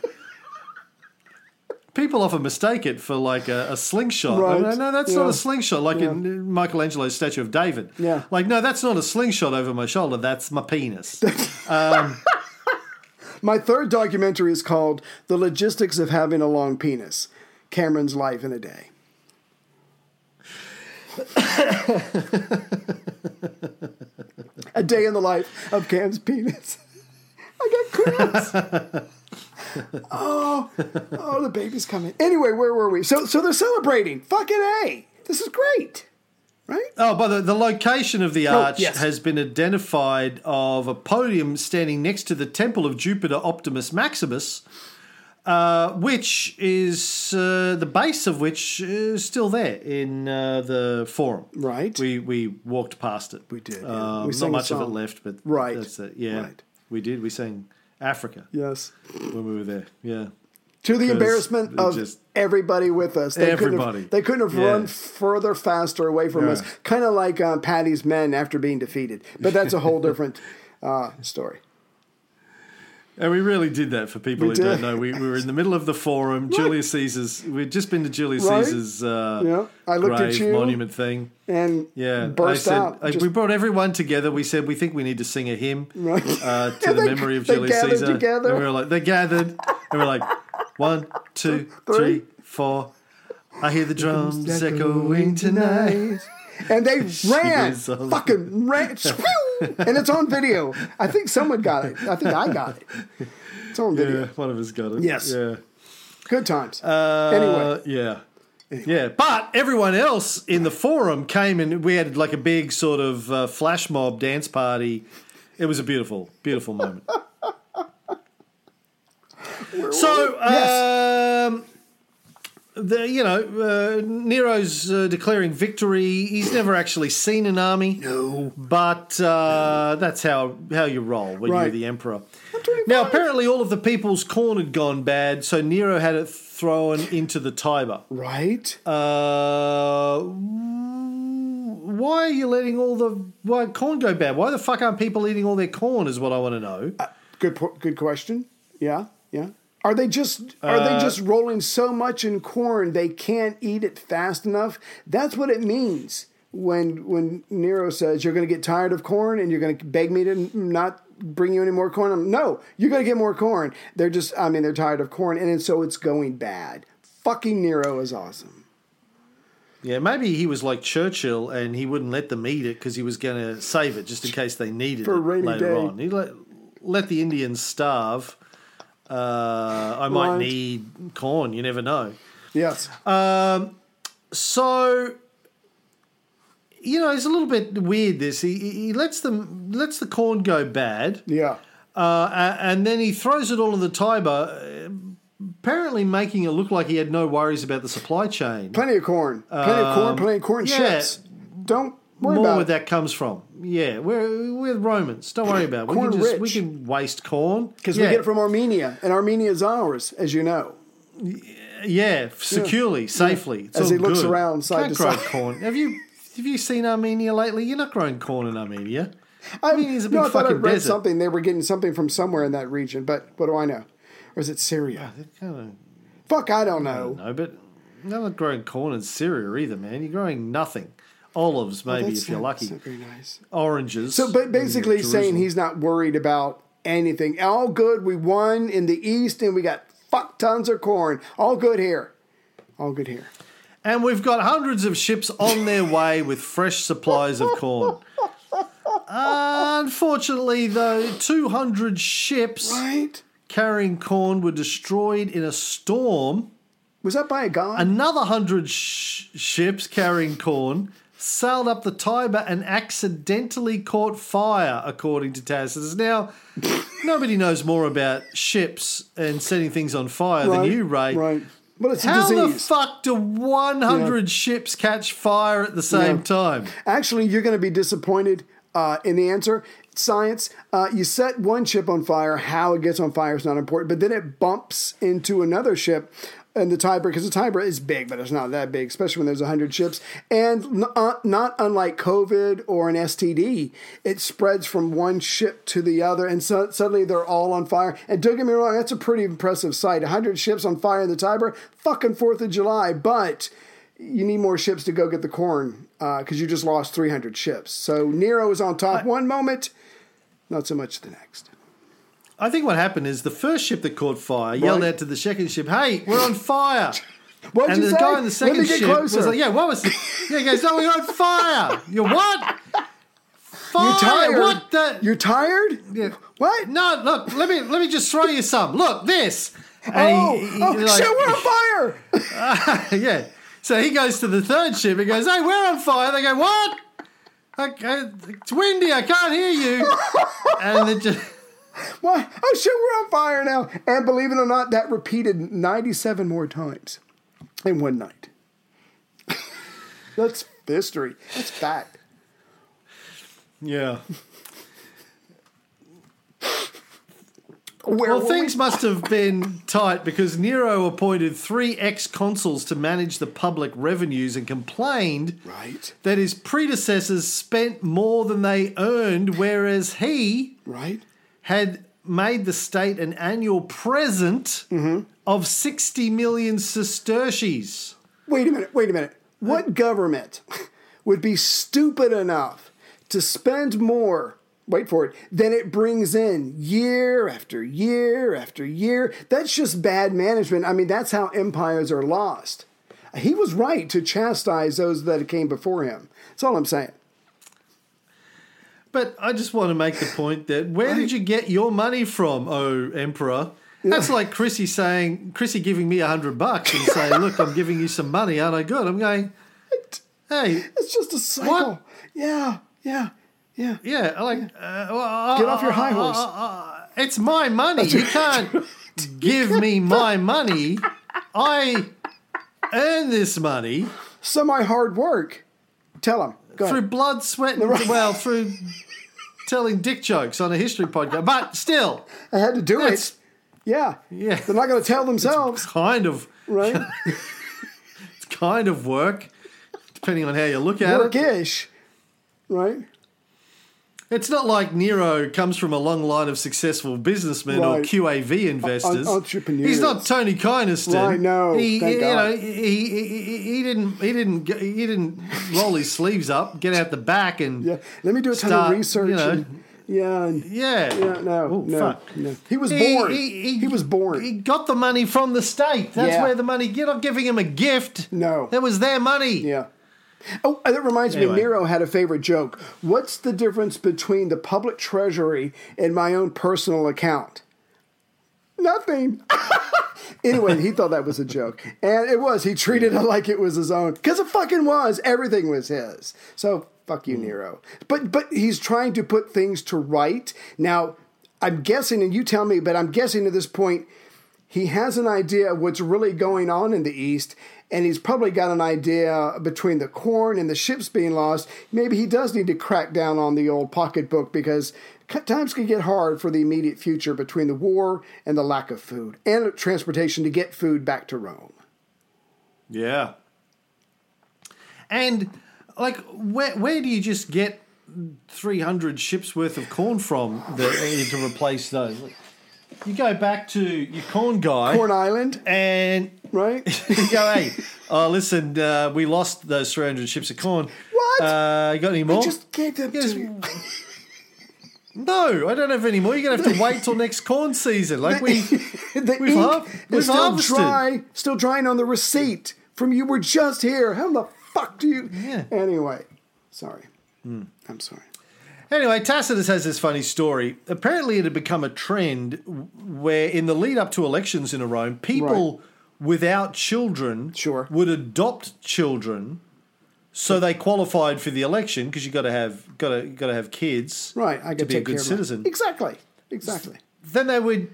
D: People often mistake it for like a, a slingshot. I mean,
E: Right.
D: no, that's not
E: Yeah.
D: a slingshot. Like in Michelangelo's statue of David.
E: Yeah.
D: Like no, that's not a slingshot over my shoulder. That's my penis.
E: My third documentary is called The Logistics of Having a Long Penis Cameron's Life in a Day. a day in the life of Cam's penis. I got cramps. oh, oh, the baby's coming. Anyway, where were we? So, so they're celebrating. Fucking a! This is great, right?
D: Oh, by the the location of the arch
E: yes.
D: has been identified of a podium standing next to the temple of Jupiter Optimus Maximus, uh, which is uh, the base of which is still there in uh, the forum.
E: Right.
D: We we walked past it. We
E: did, yeah.
D: Um,
E: We sang
D: not
E: a
D: much of it
E: song.
D: left, but
E: Right.
D: That's it. Yeah.
E: Right.
D: We did. We sang Africa
E: Yes.
D: when we were there. Yeah.
E: to the embarrassment
D: it
E: of
D: just-
E: everybody with us. They Couldn't
D: Everybody.
E: have, they couldn't have
D: Yeah.
E: run further, faster away from us.
D: Yeah.
E: Kind of like uh, Patty's men after being defeated. But that's a whole different uh, story.
D: And we really did that for people
E: We
D: who
E: did.
D: don't know. We, we were in the middle of the forum, Julius Caesar's. We'd just been to Julius
E: Right.
D: Caesar's uh,
E: Yeah. I looked at
D: grave
E: you.
D: monument thing.
E: And
D: Yeah,
E: burst
D: I said,
E: out.
D: I-
E: Just-
D: we brought everyone together. We said we think we need to sing a hymn uh, to
E: And
D: the
E: they-
D: memory of
E: they
D: Julius
E: gathered
D: Caesar.
E: together.
D: And we were like, they gathered, and we we're like, one, two, three, four. I hear the drums echoing tonight.
E: and they ran,
D: goes on.
E: fucking ran, Squeal! and it's on video. I think someone got it. I think I got it. It's on video.
D: Yeah, one of us got it.
E: Yes.
D: Yeah.
E: Good times.
D: Uh,
E: Anyway.
D: Yeah. Yeah, but everyone else in the forum came and we had like a big sort of uh, flash mob dance party. It was a beautiful, beautiful moment. so, um, the, you know, uh, Nero's uh, declaring victory. He's never actually seen an army. No. But uh, that's how, how you roll when
E: Right.
D: you're the emperor. Now, apparently, all of the people's corn had gone bad, so Nero had it thrown into the Tiber.
E: right?
D: Uh, why are you letting all the why corn go bad? Why the fuck aren't people eating all their corn? Is what I want to know.
E: Good, po- good question. Yeah, yeah. Are they just are
D: Uh,
E: they just rolling so much in corn they can't eat it fast enough? That's what it means when when Nero says you're going to get tired of corn and you're going to beg me to n- not bring you any more corn. I'm, no, you're going to get more corn. They're just I mean they're tired of corn and, then so it's going bad. Fucking Nero is awesome.
D: yeah, maybe he was like Churchill and he wouldn't let them eat it because he was going to save it just in case they needed
E: For a
D: it
E: rainy
D: later
E: day.
D: on. He let, let the Indians starve. Uh, I might
E: Right.
D: need corn. You never know.
E: Yes.
D: Uh, So, you know, it's a little bit weird. This he, he he lets them lets the corn go bad,
E: yeah.
D: uh, a- and then he throws it all in the Tiber. uh, apparently making it look like he had no worries about the supply chain.
E: Plenty of corn. Plenty of corn, plenty of corn
D: um, yeah.
E: ships. Don't worry
D: More
E: about
D: where
E: it.
D: that comes from. Yeah, we're, we're Romans. Don't worry about it. We
E: Corn
D: can just we
E: rich.
D: can waste corn
E: Because
D: yeah.
E: we get it from Armenia, and Armenia is ours, as you know.
D: yeah securely, safely. It's
E: As
D: all
E: he looks
D: good.
E: around side
D: Can't
E: to
D: grow
E: side.
D: corn. Have you have you seen Armenia lately? You're not growing corn in Armenia.
E: I
D: Armenia's a
E: no,
D: big
E: I thought I
D: fucking
E: read
D: desert.
E: something. They were getting something from somewhere in that region, but what do I know? Or is it Syria?
D: They're kind
E: Fuck, I don't know.
D: of no, but they're not growing corn in Syria either, man. You're growing nothing. Olives, maybe
E: That's
D: if you're
E: not-
D: lucky.
E: that's not very nice.
D: Oranges.
E: So, but basically,
D: in
E: saying
D: Jerusalem.
E: he's not worried about anything. All good. We won in the East, and we got fuck tons of corn. All good here. All good here.
D: And we've got hundreds of ships on their way with fresh supplies of corn. Unfortunately, though, 200 ships
E: Right?
D: carrying corn were destroyed in a storm.
E: Was that by a god?
D: Another 100 sh- ships carrying corn sailed up the Tiber and accidentally caught fire, according to Tacitus. Now, nobody knows more about ships and setting things on fire than you, Ray.
E: Right. But it's
D: How
E: a
D: the
E: disease.
D: fuck do 100 ships catch fire at the same
E: Yeah.
D: time?
E: Actually, you're going to be disappointed uh, in the answer. Science, uh, you set one ship on fire. How it gets on fire is not important, but then it bumps into another ship and the Tiber, because the Tiber is big, but it's not that big, especially when there's 100 ships. And n- uh, not unlike COVID or an STD, it spreads from one ship to the other, and so, suddenly they're all on fire. And don't get me wrong, that's a pretty impressive sight. 100 ships on fire in the Tiber, fucking 4th of July, but you need more ships to go get the corn because you just lost 300 ships. So Nero is on top one moment, not so much the next.
D: I think what happened is the first ship that caught fire yelled
E: Right.
D: out to the second ship, "Hey, we're on fire!"
E: What'd
D: and
E: you
D: the
E: say?
D: guy in the second
E: Let me get
D: ship
E: closer.
D: was like, "Yeah, what was?" yeah, he goes, "No, we're on fire." You what? Fire?
E: You're tired.
D: What the?
E: You're tired?
D: Yeah.
E: What?
D: no, look. Let me let me just throw you some. Look, this. And
E: Oh,
D: he- he-
E: oh
D: like-
E: shit, we're on fire!
D: yeah. So he goes to the third ship and goes, Hey, we're on fire. They go, What? Okay, it's windy. I can't hear you. and it just,
E: what? Oh shit, we're on fire now. And believe it or not, that repeated 97 more times in one night. That's history. That's fact.
D: yeah.
E: Where
D: Well,
E: were
D: things must have been tight because Nero appointed three ex consuls to manage the public revenues and complained
E: we? Right,
D: that his predecessors spent more than they earned, whereas he
E: right.
D: had made the state an annual present of 60 million sesterces.
E: Wait a minute, wait a minute.
D: Hmm.
E: What government would be stupid enough to spend more, wait for it, than it brings in year after year after year? That's just bad management. I mean, that's how empires are lost. He was right to chastise those that came before him. That's all I'm saying.
D: But I just want to make the point that where did you get your money from, oh emperor? That's like Chrissy saying, Chrissy giving me a hundred bucks and saying, look, I'm giving you some money, aren't I good? I'm going, hey,
E: It's just a cycle.
D: What?
E: Yeah, yeah, yeah.
D: yeah, I like, uh, well, uh,
E: Get off your high horse.
D: it's my money. You can't give me my money. I earn this money
E: Semi hard work. Tell him. Go
D: through
E: ahead.
D: blood, sweat, and, well, through telling dick jokes on a history podcast. But still,
E: I had to do it.
D: that's
E: Yeah.
D: Yeah.
E: They're not going to tell themselves,
D: kind of.
E: right?
D: kind of work, depending on how you look at it.
E: Workish, right?
D: It's not like Nero comes from a long line of successful businessmen or
E: Right.
D: QAV investors.
E: en- entrepreneurs.
D: He's not Tony Kynaston.
E: Right, no,
D: He,
E: thank
D: you
E: God.
D: know, he, he, he, he didn't he didn't g- he didn't roll his sleeves up, get out the back, and
E: Yeah. Let me do a ton
D: Start,
E: of research.
D: you know.
E: and- yeah. And,
D: yeah.
E: yeah. No.
D: Oh,
E: no,
D: fuck.
E: no. He was
D: He-
E: born.
D: he-
E: He,
D: he-
E: was born.
D: He got the money from the state. That's
E: Yeah.
D: where the money. You're not giving him a gift.
E: No.
D: that was their money.
E: yeah. Oh, and that reminds
D: Anyway.
E: me. Nero had a favorite joke. What's the difference between the public treasury and my own personal account? Nothing. anyway, he thought that was a joke, and it was. He treated it like it was his own, because it fucking was. Everything was his. So fuck you, Nero. But but he's trying to put things to right now. I'm guessing, and you tell me, but I'm guessing at this point, he has an idea of what's really going on in the East, and he's probably got an idea between the corn and the ships being lost. Maybe he does need to crack down on the old pocketbook because times can get hard for the immediate future between the war and the lack of food and transportation to get food back to Rome.
D: Yeah. And like, where where do you just get three hundred ships worth of corn from that to replace those? Like, you go back to your corn guy,
E: Corn Island,
D: and
E: right?
D: you go, hey, oh listen, uh, we lost those three hundred ships of corn.
E: What?
D: Uh, you got any more?
E: Just get them
D: Yes.
E: to you.
D: No, I don't have any more. You're gonna have to wait till next corn season. Like we,
E: The
D: We've
E: ink
D: har- we've
E: is still
D: harvested.
E: dry, still drying on the receipt from you were just here. How the fuck do you?
D: Yeah. Hmm.
E: Anyway, sorry. I'm sorry.
D: Anyway, Tacitus has this funny story. Apparently, it had become a trend w- where, in the lead up to elections in Rome, people without children
E: Sure.
D: would adopt children, so they qualified for the election because you got to have got to got to have kids,
E: Right, I
D: to
E: could
D: be a
E: take
D: good
E: care of my-
D: citizen.
E: Exactly. Exactly.
D: Then they would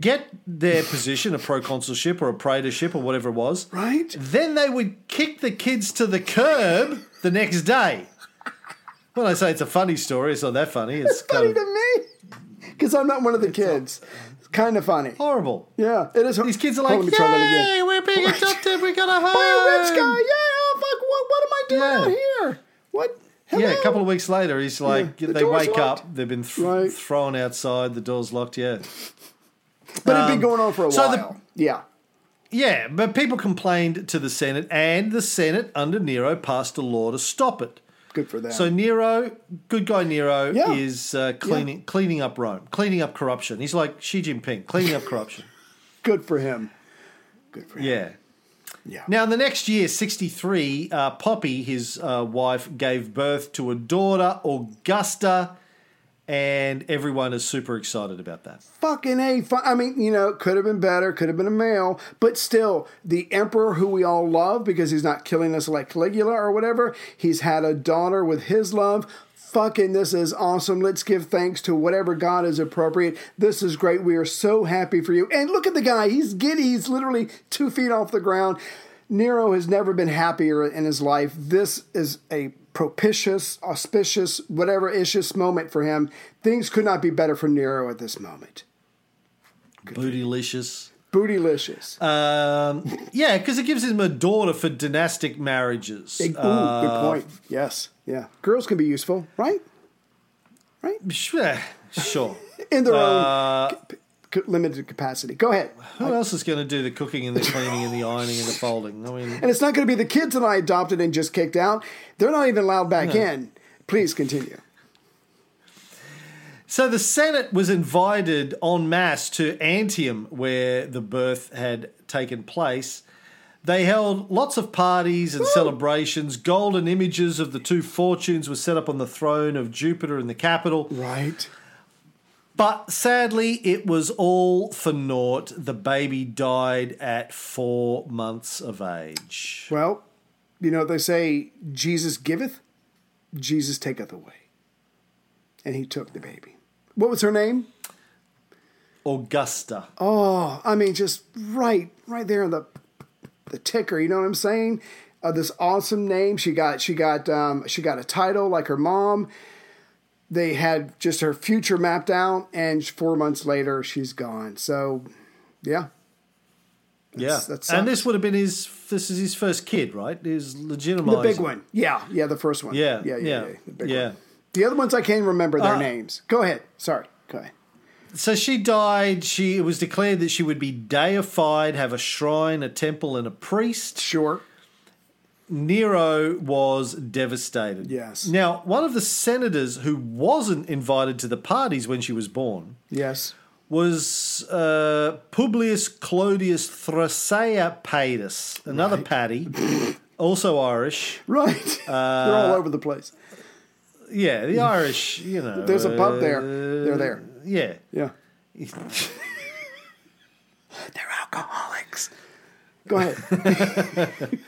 D: get their position, a proconsulship or a praetorship or whatever it was.
E: Right?
D: Then they would kick the kids to the curb the next day. When I say it's a funny story, it's not that funny. It's, kind
E: Funny
D: of
E: to me, because I'm not one of the kids. It's kind of funny.
D: horrible.
E: Yeah, it is.
D: Oh. These kids are like,
E: Hold on, let me try that again.
D: "Yay, we're being adopted. We got a home."
E: By a rich guy. Yeah. Oh fuck. What? What am I doing
D: Yeah.
E: out here? What? Hello?
D: Yeah, a couple of weeks later, he's like,
E: Yeah, the
D: they
E: door's
D: wake
E: locked.
D: up, they've been th-
E: Right.
D: thrown outside, the door's locked. Yeah,
E: But it'd been going on for a
D: Um, so the-
E: while. yeah.
D: yeah, but people complained to the Senate, and the Senate under Nero passed a law to stop it.
E: Good for that.
D: So Nero, good guy Nero,
E: Yeah.
D: is uh, cleaning cleaning up Rome, cleaning up corruption. He's like Xi Jinping, cleaning up corruption.
E: Good for him. Good for him.
D: Yeah.
E: Yeah.
D: Now, in the next year, 63, uh, Poppy, his uh, wife, gave birth to a daughter, Augusta, and everyone is super excited about that.
E: fucking a. Fu- I mean, you know, could have been better, could have been a male, but still, the emperor who we all love because he's not killing us like Caligula or whatever, he's had a daughter with his love. Fucking, this is awesome. Let's give thanks to whatever God is appropriate. This is great. We are so happy for you. And look at the guy. He's giddy. He's literally two feet off the ground. Nero has never been happier in his life. This is a propitious, auspicious, whatever issuous moment for him. Things could not be better for Nero at this moment.
D: Bootylicious.
E: Bootylicious.
D: Uh, Um, yeah, because it gives him a daughter for dynastic marriages. Um,
E: Ooh, good
D: uh,
E: point. Yes. Yeah. Girls can be useful, right?
D: Sure. sure.
E: In their own ca- ca- limited capacity. Go ahead.
D: Who else is going to do the cooking and the cleaning and the ironing and the folding? I mean,
E: And it's not going to be the kids that I adopted and just kicked out. They're not even allowed back in. Please continue.
D: so the Senate was invited en masse to Antium, where the birth had taken place. They held lots of parties and celebrations. Golden images of the two fortunes were set up on the throne of Jupiter in the capital.
E: Right.
D: But sadly, it was all for naught. The baby died at four months of age.
E: Well, you know what they say Jesus giveth, Jesus taketh away. And he took the baby. What was her name?
D: Augusta.
E: Oh, I mean, just right, right there in the the ticker. You know what I'm saying? Uh, this awesome name. She got, she got, um, she got a title like her mom. They had just her future mapped out, and four months later, she's gone. So, yeah,
D: yeah.
E: that
D: and this would have been his, this is his first kid, right? His legitimized.
E: the big one. Yeah, yeah, the first one.
D: Yeah.
E: yeah, yeah. yeah, the big one.
D: yeah.
E: The other ones I can't remember their
D: Uh,
E: names. Go ahead. Sorry. Go ahead.
D: So she died. She, it was declared that she would be deified, have a shrine, a temple, and a priest.
E: Sure.
D: Nero was devastated.
E: Yes.
D: Now, one of the senators who wasn't invited to the parties when she was born
E: Yes.
D: was uh, Publius Clodius Thrasea Paetus, another Paddy, also Irish.
E: Right.
D: Uh,
E: They're all over the place.
D: Yeah, the Irish, you know.
E: There's a pub there.
D: uh,
E: They're there.
D: Yeah.
E: Yeah. They're alcoholics. Go ahead.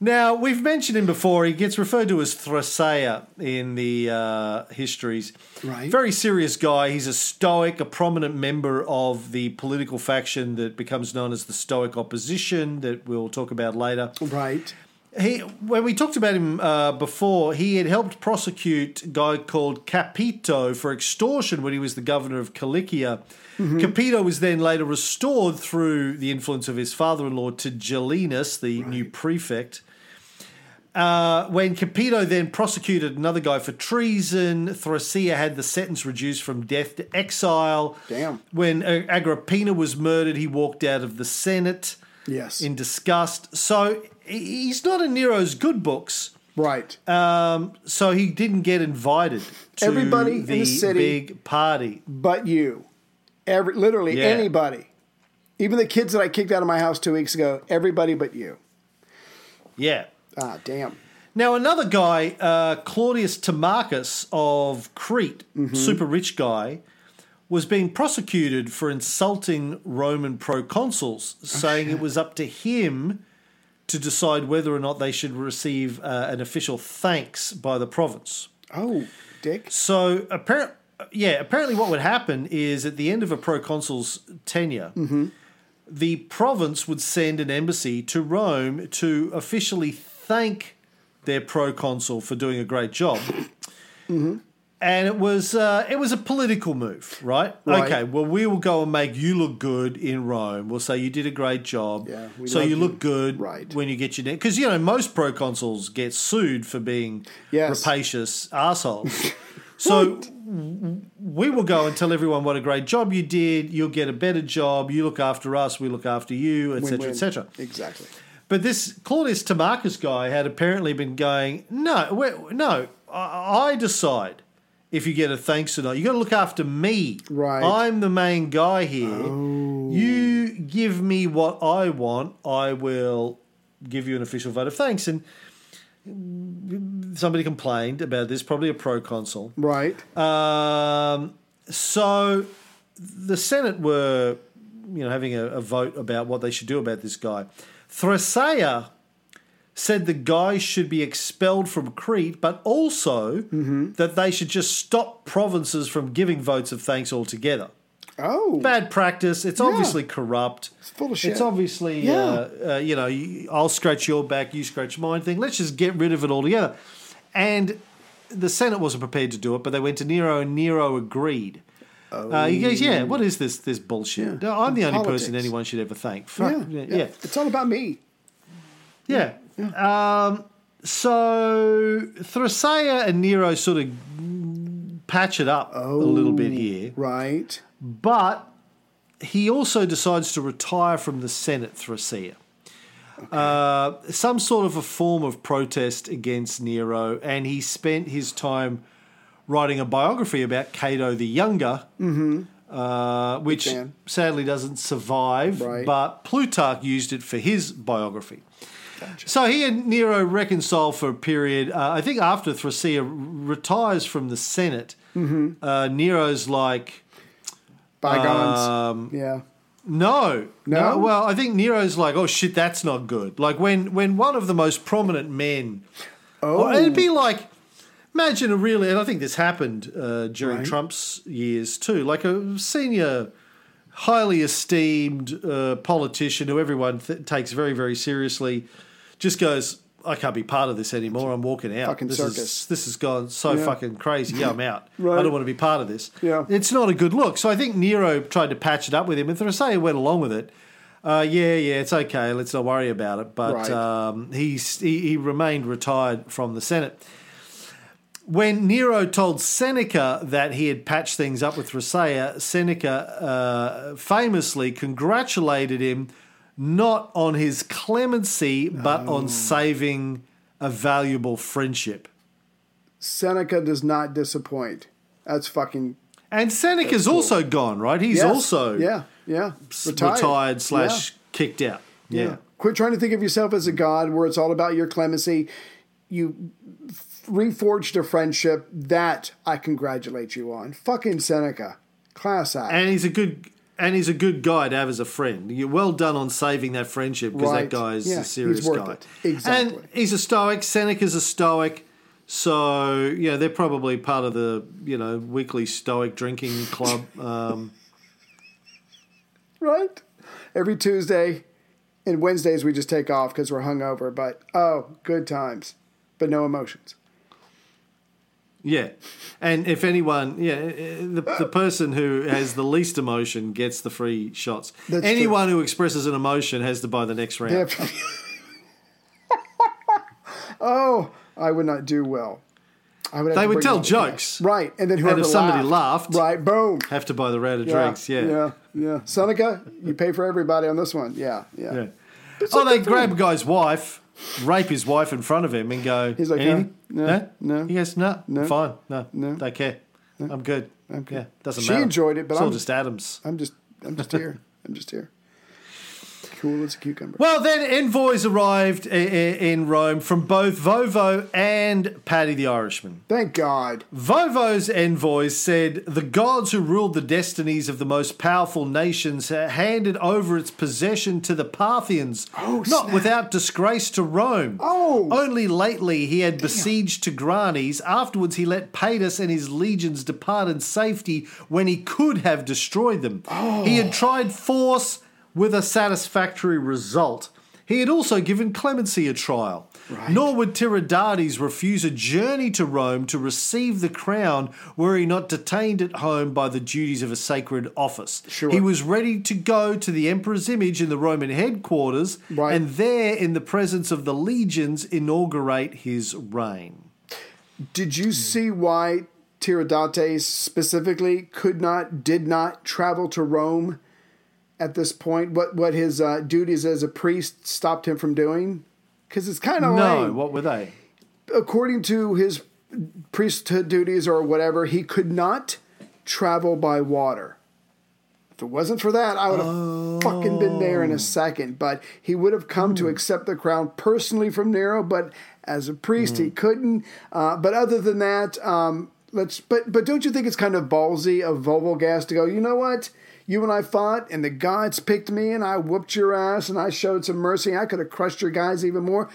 D: Now, we've mentioned him before. He gets referred to as Thrasea in the uh, histories.
E: Right.
D: Very serious guy. He's a Stoic, a prominent member of the political faction that becomes known as the Stoic Opposition, that we'll talk about later.
E: Right.
D: He, when we talked about him uh, before, he had helped prosecute a guy called Capito for extortion when he was the governor of Cilicia. Capito was then later restored through the influence of his father-in-law to Gellinus, the new prefect. Uh, when Capito then prosecuted another guy for treason, Thrasea had the sentence reduced from death to exile.
E: Damn.
D: When uh, Agrippina was murdered, he walked out of the Senate
E: Yes.
D: in disgust. So he- he's not in Nero's good books.
E: right.
D: Um, so he didn't get invited to
E: Everybody
D: the,
E: in the city-
D: big party.
E: but you. Every literally
D: Yeah.
E: anybody. Even the kids that I kicked out of my house two weeks ago, everybody but you.
D: Yeah.
E: Ah, damn.
D: Now another guy, uh, Claudius Timachus of Crete,
E: Mm-hmm.
D: super rich guy, was being prosecuted for insulting Roman proconsuls,
E: Oh,
D: saying it was up to him to decide whether or not they should receive uh, an official thanks by the province.
E: Oh, dick.
D: So apparently, yeah, apparently, what would happen is at the end of a proconsul's tenure,
E: Mm-hmm.
D: the province would send an embassy to Rome to officially thank their proconsul for doing a great job.
E: Mm-hmm.
D: And it was uh, it was a political move, right?
E: Right.
D: Okay, well, we will go and make you look good in Rome. We'll say you did a great job.
E: Yeah, we
D: so
E: love
D: you
E: you.
D: look good
E: Right.
D: when you get your because you know most proconsuls get sued for being
E: Yes.
D: rapacious assholes. So we will go and tell everyone what a great job you did. You'll get a better job. You look after us. We look after you, etc.,
E: Win-win.
D: etc.
E: Exactly.
D: But this Claudius Tamarcus guy had apparently been going, no, we- no, I I decide if you get a thanks or not. You got to look after me.
E: Right.
D: I'm the main guy here. You give me what I want. I will give you an official vote of thanks. And somebody complained about this, probably a proconsul.
E: Right.
D: Uh, Um, so the Senate were, you know, having a, a vote about what they should do about this guy. Thrasea said the guy should be expelled from Crete, but also that they should just stop provinces from giving votes of thanks altogether.
E: oh.
D: Bad practice. It's obviously corrupt. It's
E: full of shit.
D: It's obviously, uh, uh, you know, you- I'll scratch your back, you scratch mine thing. Let's just get rid of it altogether. And the Senate wasn't prepared to do it, but they went to Nero, and Nero agreed. Uh, he goes, "Yeah, what is this this bullshit?
E: Yeah.
D: I'm the only person
E: Politics.
D: anyone should ever thank.
E: Yeah,
D: Fuck, yeah, yeah,
E: It's all about me.
D: yeah. Um, so Thrasea and Nero sort of patch it up a little bit
E: Oh.
D: here,
E: Right.
D: but he also decides to retire from the Senate, Thrasea. Uh, some sort of a form of protest against Nero, and he spent his time writing a biography about Cato the Younger, uh, which
E: man.
D: sadly doesn't survive,
E: Right.
D: but Plutarch used it for his biography. So he and Nero reconcile for a period. Uh, I think after Thrasea retires from the Senate,
E: Mm-hmm.
D: uh, Nero's like,
E: Bygones.
D: Um,
E: yeah.
D: no,
E: No?
D: Well, I think Nero's like, oh shit, that's not good. Like when when one of the most prominent men,
E: Oh.
D: or it'd be like, imagine a really, and I think this happened uh, during
E: Right.
D: Trump's years too. Like a senior, highly esteemed uh, politician who everyone th- takes very very seriously, just goes, I can't be part of this anymore. I'm walking out.
E: Fucking
D: this
E: circus."
D: Is, this has gone so
E: Yeah.
D: fucking crazy. Yeah, I'm out.
E: Right.
D: I don't want to be part of this.
E: Yeah.
D: It's not a good look. So I think Nero tried to patch it up with him, and Thrasea went along with it. Uh, yeah, yeah, it's okay. Let's not worry about it. But
E: Right.
D: um, he's, he, he remained retired from the Senate. When Nero told Seneca that he had patched things up with Thrasea, Seneca uh, famously congratulated him not on his clemency, but
E: Oh.
D: on saving a valuable friendship.
E: Seneca does not disappoint. That's fucking.
D: And Seneca's also gone, right? He's
E: Yes.
D: also
E: Yeah. Yeah.
D: retired, slash kicked out.
E: Yeah.
D: Yeah.
E: yeah. Quit trying to think of yourself as a god where it's all about your clemency. You f- reforged a friendship that I congratulate you on. Fucking Seneca. Class act.
D: And he's a good and he's a good guy to have as a friend. You're well done on saving that friendship because
E: Right.
D: that guy's
E: Yeah,
D: a serious
E: he's worth
D: guy.
E: it. Exactly.
D: And he's a stoic. Seneca's a stoic. So, you know, they're probably part of the, you know, weekly stoic drinking club. Um,
E: right? Every Tuesday and Wednesdays we just take off because we're hungover, but oh, good times, but no emotions.
D: yeah. And if anyone, yeah, eh, the, the person who has the least emotion gets the free shots.
E: That's true.
D: anyone who expresses an emotion has to buy the next round.
E: Yep. oh, I would not do well. I would have
D: They
E: to
D: would
E: bring
D: tell
E: my-
D: jokes.
E: Right, and then whoever
D: if somebody laughed-
E: right, boom.
D: Have to buy the round of drinks.
E: yeah, yeah. Seneca, you pay for everybody on this one. Yeah, yeah.
D: Yeah. Oh, they grab a guy's wife, rape his wife in front of him, and go.
E: He's like,
D: "Anything?
E: no, no, no."
D: He goes, no,
E: No,
D: fine, no,
E: no.
D: don't care. I'm good. I'm good. Yeah, doesn't
E: She
D: matter.
E: enjoyed it, but
D: it's all
E: I'm-
D: just Adams.
E: I'm just, I'm just here. I'm just here. Cool as a cucumber.
D: Well, then envoys arrived i- i- in Rome from both Vovo and Paddy the Irishman.
E: Thank God.
D: Vovo's envoys said the gods who ruled the destinies of the most powerful nations ha- handed over its possession to the Parthians, not without disgrace to Rome.
E: Oh.
D: Only lately he had besieged Tigranes. Afterwards he let Paetus and his legions depart in safety when he could have destroyed them. He had tried force with a satisfactory result. He had also given clemency a trial. Nor would Tiridates refuse a journey to Rome to receive the crown were he not detained at home by the duties of a sacred office.
E: Sure.
D: He was ready to go to the emperor's image in the Roman headquarters
E: Right.
D: and there, in the presence of the legions, inaugurate his reign.
E: Did you see why Tiridates specifically could not, did not travel to Rome at this point? What what his uh, duties as a priest stopped him from doing? Because it's kind of
D: No,
E: lame.
D: what were they?
E: according to his priesthood duties or whatever, he could not travel by water. If it wasn't for that, I would have fucking been there
D: Oh.
E: in a second. But he would have come
D: Hmm.
E: to accept the crown personally from Nero, but as a priest,
D: Hmm.
E: he couldn't. Uh, but other than that, um, let's. But but don't you think it's kind of ballsy of Vogelgas to go? You know what? You and I fought, and the gods picked me, and I whooped your ass, and I showed some mercy. I could have crushed your guys even more.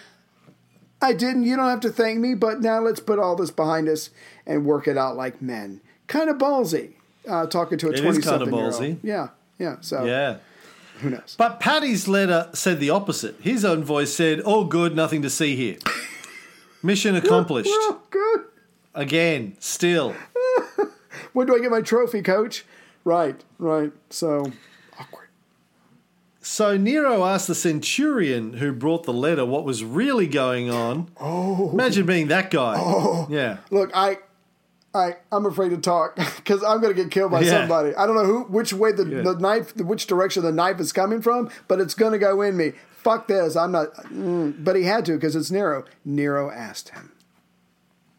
E: I didn't. You don't have to thank me, but now let's put all this behind us and work it out like men. Kind of ballsy, uh, talking to a
D: is
E: twenty
D: kinda
E: something year old.
D: ballsy.
E: Yeah, yeah. So
D: Yeah.
E: who knows?
D: But Paddy's letter said the opposite. His own voice said, All good, nothing to see here. Mission accomplished.
E: Oh, good.
D: Again, still.
E: When do I get my trophy, Coach? Right, right. So awkward.
D: So Nero asked the centurion who brought the letter what was really going on. Oh. Imagine being that guy. Oh. Yeah.
E: Look, I, I, I'm afraid to talk because I'm gonna get killed by
D: Yeah.
E: somebody. I don't know who, which way the, the knife, which direction the knife is coming from, but it's gonna go in me. Fuck this. I'm not. Mm, but he had to because it's Nero. Nero asked him.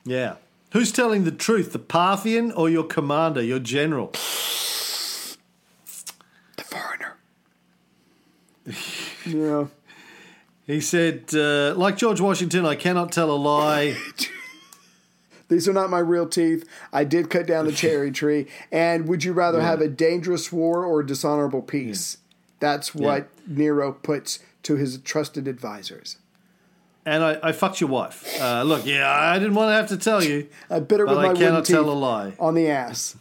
D: Yeah. Who's telling the truth, the Parthian or your commander, your general?
E: The foreigner. yeah.
D: He said, uh, like George Washington, I cannot tell a lie.
E: These are not my real teeth. I did cut down a cherry tree. And would you rather have a dangerous war or a dishonorable peace? That's what Nero puts to his trusted advisors.
D: and I, I fucked your wife. Uh, look, yeah, I didn't want to have to tell you.
E: I bit her
D: But
E: with
D: I
E: my wooden
D: cannot
E: teeth
D: tell a lie.
E: on the ass.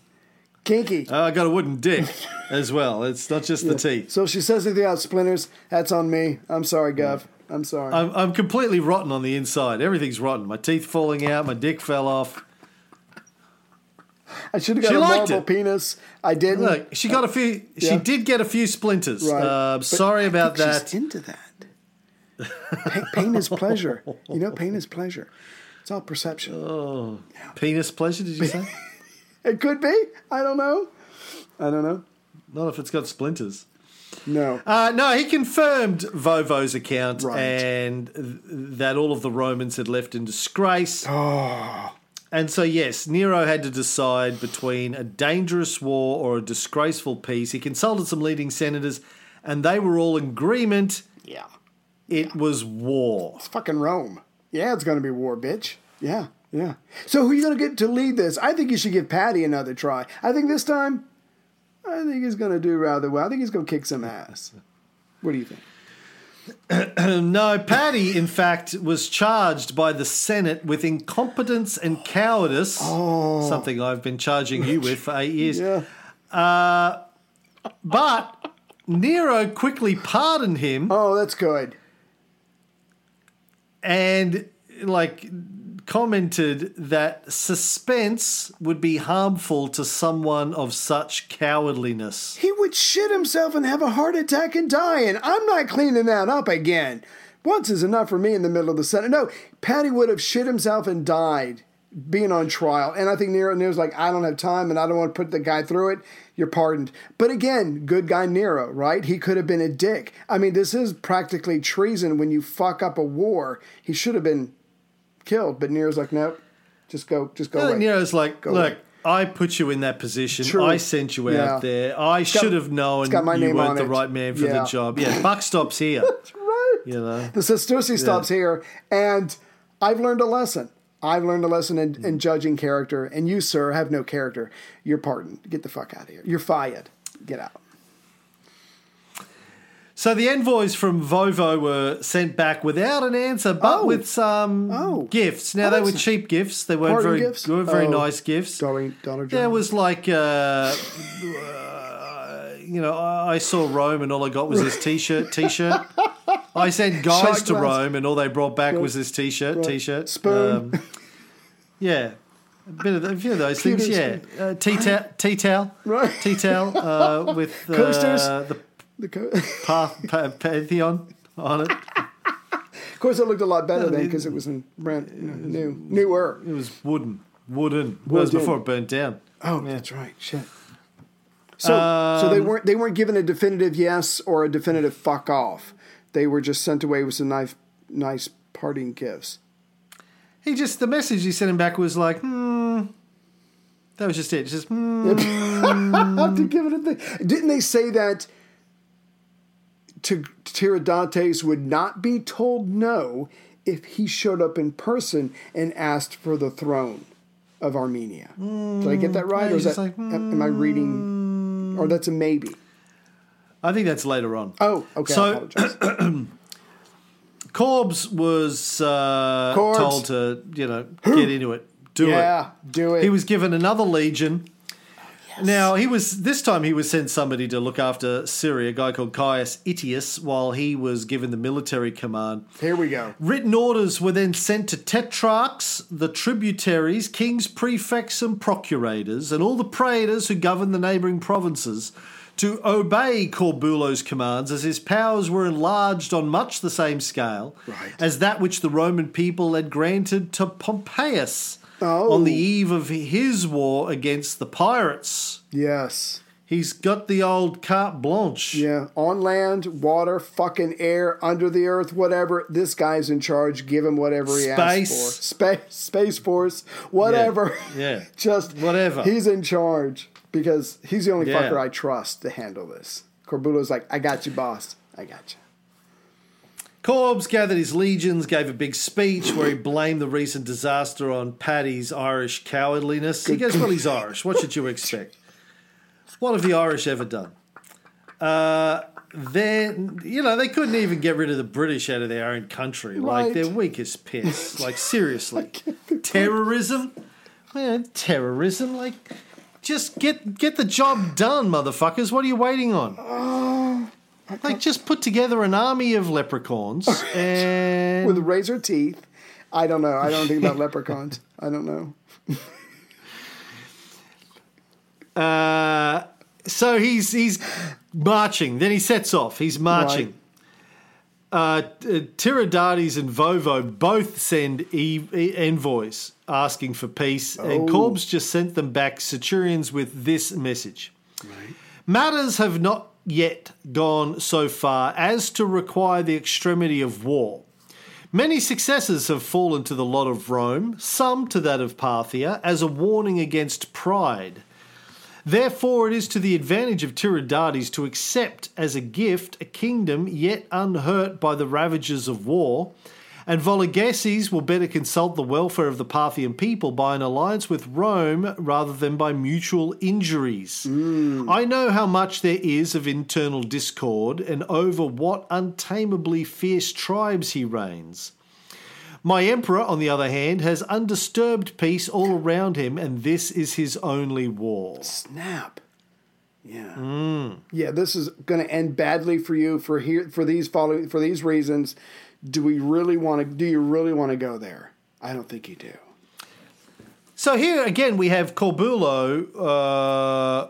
E: Kinky.
D: Uh, I got a wooden dick as well. It's not just the teeth.
E: so if she says anything about splinters, that's on me. I'm sorry, Gov. I'm sorry.
D: I'm, I'm completely rotten on the inside. Everything's rotten. My teeth falling out. My dick fell off.
E: I should have got
D: she
E: a
D: liked
E: marble
D: it.
E: penis. I didn't.
D: Look, she got a few.
E: yeah.
D: She did get a few splinters.
E: Right.
D: Uh,
E: But
D: sorry
E: I
D: about
E: think
D: that.
E: She's into that. Pa- pain is pleasure. You know, pain is pleasure. It's all perception.
D: Penis pleasure? Did you say?
E: It could be. I don't know. I don't know.
D: not if it's got splinters.
E: No.
D: Uh, no, he confirmed Vovo's account
E: Right.
D: and th- that all of the Romans had left in disgrace.
E: Ah.
D: And so, yes, Nero had to decide between a dangerous war or a disgraceful peace. He consulted some leading senators, and they were all in agreement
E: yeah.
D: it was war.
E: It's fucking Rome. Yeah, it's gonna be war, bitch. Yeah. Yeah. So who are you gonna get to lead this? I think you should give Patty another try. I think this time I think he's going to do rather well. I think he's going to kick some ass. What do you think?
D: No, Paddy, in fact, was charged by the Senate with incompetence and cowardice, something I've been charging you with for eight years.
E: Oh. Yeah.
D: But Nero quickly pardoned him
E: Oh, that's good.
D: and, like, commented that suspense would be harmful to someone of such cowardliness.
E: He would shit himself and have a heart attack and die, and I'm not cleaning that up again. Once is enough for me in the middle of the Senate. No, Patty would have shit himself and died being on trial. And I think Nero Nero's like, I don't have time and I don't want to put the guy through it. You're pardoned. But again, good guy Nero, right? He could have been a dick. I mean, this is practically treason when you fuck up a war. He should have been killed, but Nero's like, nope, just go, just go
D: I
E: away.
D: think Nero's like,
E: Go
D: look,
E: away.
D: I put you in that position.
E: True.
D: I sent you
E: Yeah.
D: out there. I
E: got-
D: should have known
E: it's got my
D: you
E: name on
D: weren't the
E: it.
D: right man for
E: Yeah.
D: the job. Yeah, buck stops here.
E: Right.
D: you know,
E: The Sestusi stops here, and I've learned a lesson. I've learned a lesson in, in judging character, and you, sir, have no character. You're pardoned. Get the fuck out of here. You're fired. Get out.
D: So the envoys from Vovo were sent back without an answer, but
E: Oh.
D: with some
E: Oh.
D: gifts. Now they were
E: Awesome.
D: cheap gifts; they weren't
E: Pardon
D: very,
E: gifts?
D: they weren't very
E: Oh.
D: nice gifts.
E: Dollar, Dollar
D: There
E: General.
D: was like, uh, uh, you know, I I saw Rome and all I got was this T-shirt. T-shirt. I sent guys
E: Shot
D: to
E: glass.
D: Rome and all they brought back was this T-shirt. T-shirt.
E: Spoon.
D: Um, yeah. A bit of a few of those
E: Pewter
D: things, yeah. Uh, tea, ta- tea towel,
E: Right.
D: Tea towel uh, with uh,
E: Coasters.
D: the
E: The co-
D: Path, pa- Pantheon on it.
E: of course, it looked a lot better then because it was in brand you know, new, newer.
D: It was wooden. Wooden. Well, it was
E: Wooden.
D: before it burnt down.
E: Oh, that's right. Shit. Um, So, so they weren't they weren't given a definitive yes or a definitive fuck off. They were just sent away with some nice, nice parting gifts.
D: He just, the message he sent him back was like, hmm. That was just it. Just, hmm.
E: have
D: Um,
E: to give it a thing. Didn't they say that to Tiridates would not be told no if he showed up in person and asked for the throne of Armenia? Did I get that right?
D: Hmm, yeah,
E: or is
D: he's
E: that,
D: just like,
E: am am I reading? Or that's a maybe.
D: I think that's later on.
E: Oh, okay. I
D: So-
E: apologize.
D: Corbs was uh,
E: Corbs.
D: told to, you know, get into it. Do it.
E: yeah, do it.
D: He was given another legion. Now he was this time he was sent somebody to look after Syria, a guy called Caius Itius, while he was given the military command.
E: Here we go.
D: Written orders were then sent to tetrarchs, the tributaries, kings, prefects, and procurators, and all the praetors who governed the neighbouring provinces to obey Corbulo's commands, as his powers were enlarged on much the same scale as that which the Roman people had granted to Pompeius
E: Oh.
D: on the eve of his war against the pirates.
E: Yes.
D: He's got the old carte blanche.
E: Yeah, on land, water, fucking air, under the earth, whatever. This guy's in charge. Give him whatever he asks
D: Space.
E: for. Space, space force, whatever.
D: yeah.
E: just
D: Whatever.
E: He's in charge because he's the only
D: Yeah.
E: fucker I trust to handle this. Corbulo's like, I got you, boss. I got you.
D: Corbs gathered his legions, gave a big speech where he blamed the recent disaster on Paddy's Irish cowardliness. He goes, Well, he's Irish. What should you expect? What have the Irish ever done? Uh, then, you know, they couldn't even get rid of the British out of their own country.
E: Right.
D: Like, they're weak as piss. Like, seriously. terrorism? Yeah, terrorism? Like, just get, get the job done, motherfuckers. What are you waiting on? Like, just put together an army of leprechauns and
E: With razor teeth. I don't know. I don't think about leprechauns. I don't know.
D: Uh, so he's he's marching. Then he sets off. He's marching. Uh, Tiridates and Vovo both send e- e- envoys asking for peace, and Corbs just sent them back centurions with this message. Matters have not yet gone so far as to require the extremity of war. Many successes have fallen to the lot of Rome, some to that of Parthia, as a warning against pride. Therefore, it is to the advantage of Tiridates to accept as a gift a kingdom yet unhurt by the ravages of war, And Vologeses will better consult the welfare of the Parthian people by an alliance with Rome rather than by mutual injuries. I know how much there is of internal discord and over what untamably fierce tribes he reigns. My emperor, on the other hand, has undisturbed peace all around him, and this is his only war.
E: Snap. Yeah.
D: Mm.
E: Yeah, this is going to end badly for you for here for these following for these reasons. Do we really want to do you really want to go there? I don't think you do.
D: So here again, we have Corbulo uh,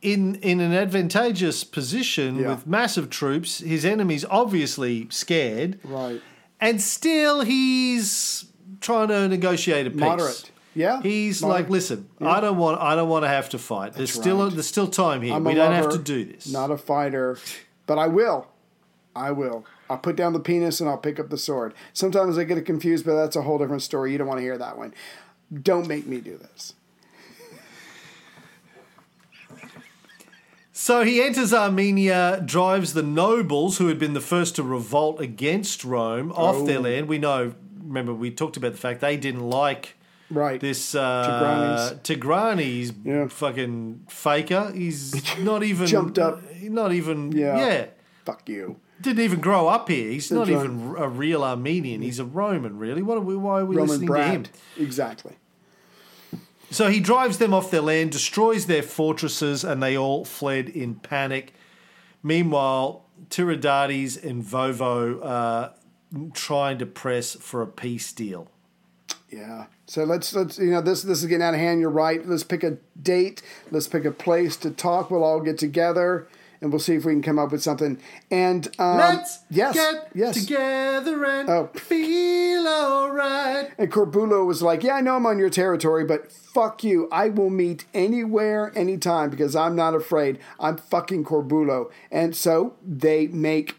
D: in in an advantageous position
E: Yeah.
D: with massive troops. His enemies obviously scared,
E: Right.
D: and still he's trying to negotiate a peace.
E: Moderate. Yeah.
D: He's
E: Moderate.
D: like, listen, I don't want, I don't want to have to fight. There's still,
E: right.
D: there's still time here.
E: I'm
D: we
E: a
D: don't have
E: lover,
D: to do this.
E: Not a fighter, but I will. I will. I'll put down the penis and I'll pick up the sword. Sometimes I get it confused, but that's a whole different story. You don't want to hear that one. Don't make me do this.
D: So he enters Armenia, drives the nobles who had been the first to revolt against Rome off their
E: Oh.
D: land. We know, remember, we talked about the fact they didn't like
E: Right.
D: this uh, Tigrani's
E: Yeah.
D: fucking faker. He's not even
E: Jumped up.
D: Not even
E: Yeah.
D: yeah.
E: Fuck you.
D: Didn't even grow up here. He's not
E: right.
D: even a real Armenian. He's a Roman, really. What are we? Why are we
E: Roman
D: listening to him?
E: brat. Exactly.
D: So he drives them off their land, destroys their fortresses, and they all fled in panic. Meanwhile, Tiridates and Vovo are trying to press for a peace deal.
E: Yeah. So let's let's you know this this is getting out of hand. You're right. Let's pick a date. Let's pick a place to talk. We'll all get together and we'll see if we can come up with something. And um,
D: Let's
E: yes,
D: get
E: yes.
D: together and
E: Oh.
D: feel alright.
E: And Corbulo was like, "Yeah, I know I'm on your territory, but fuck you. I will meet anywhere, anytime because I'm not afraid. I'm fucking Corbulo." And so they make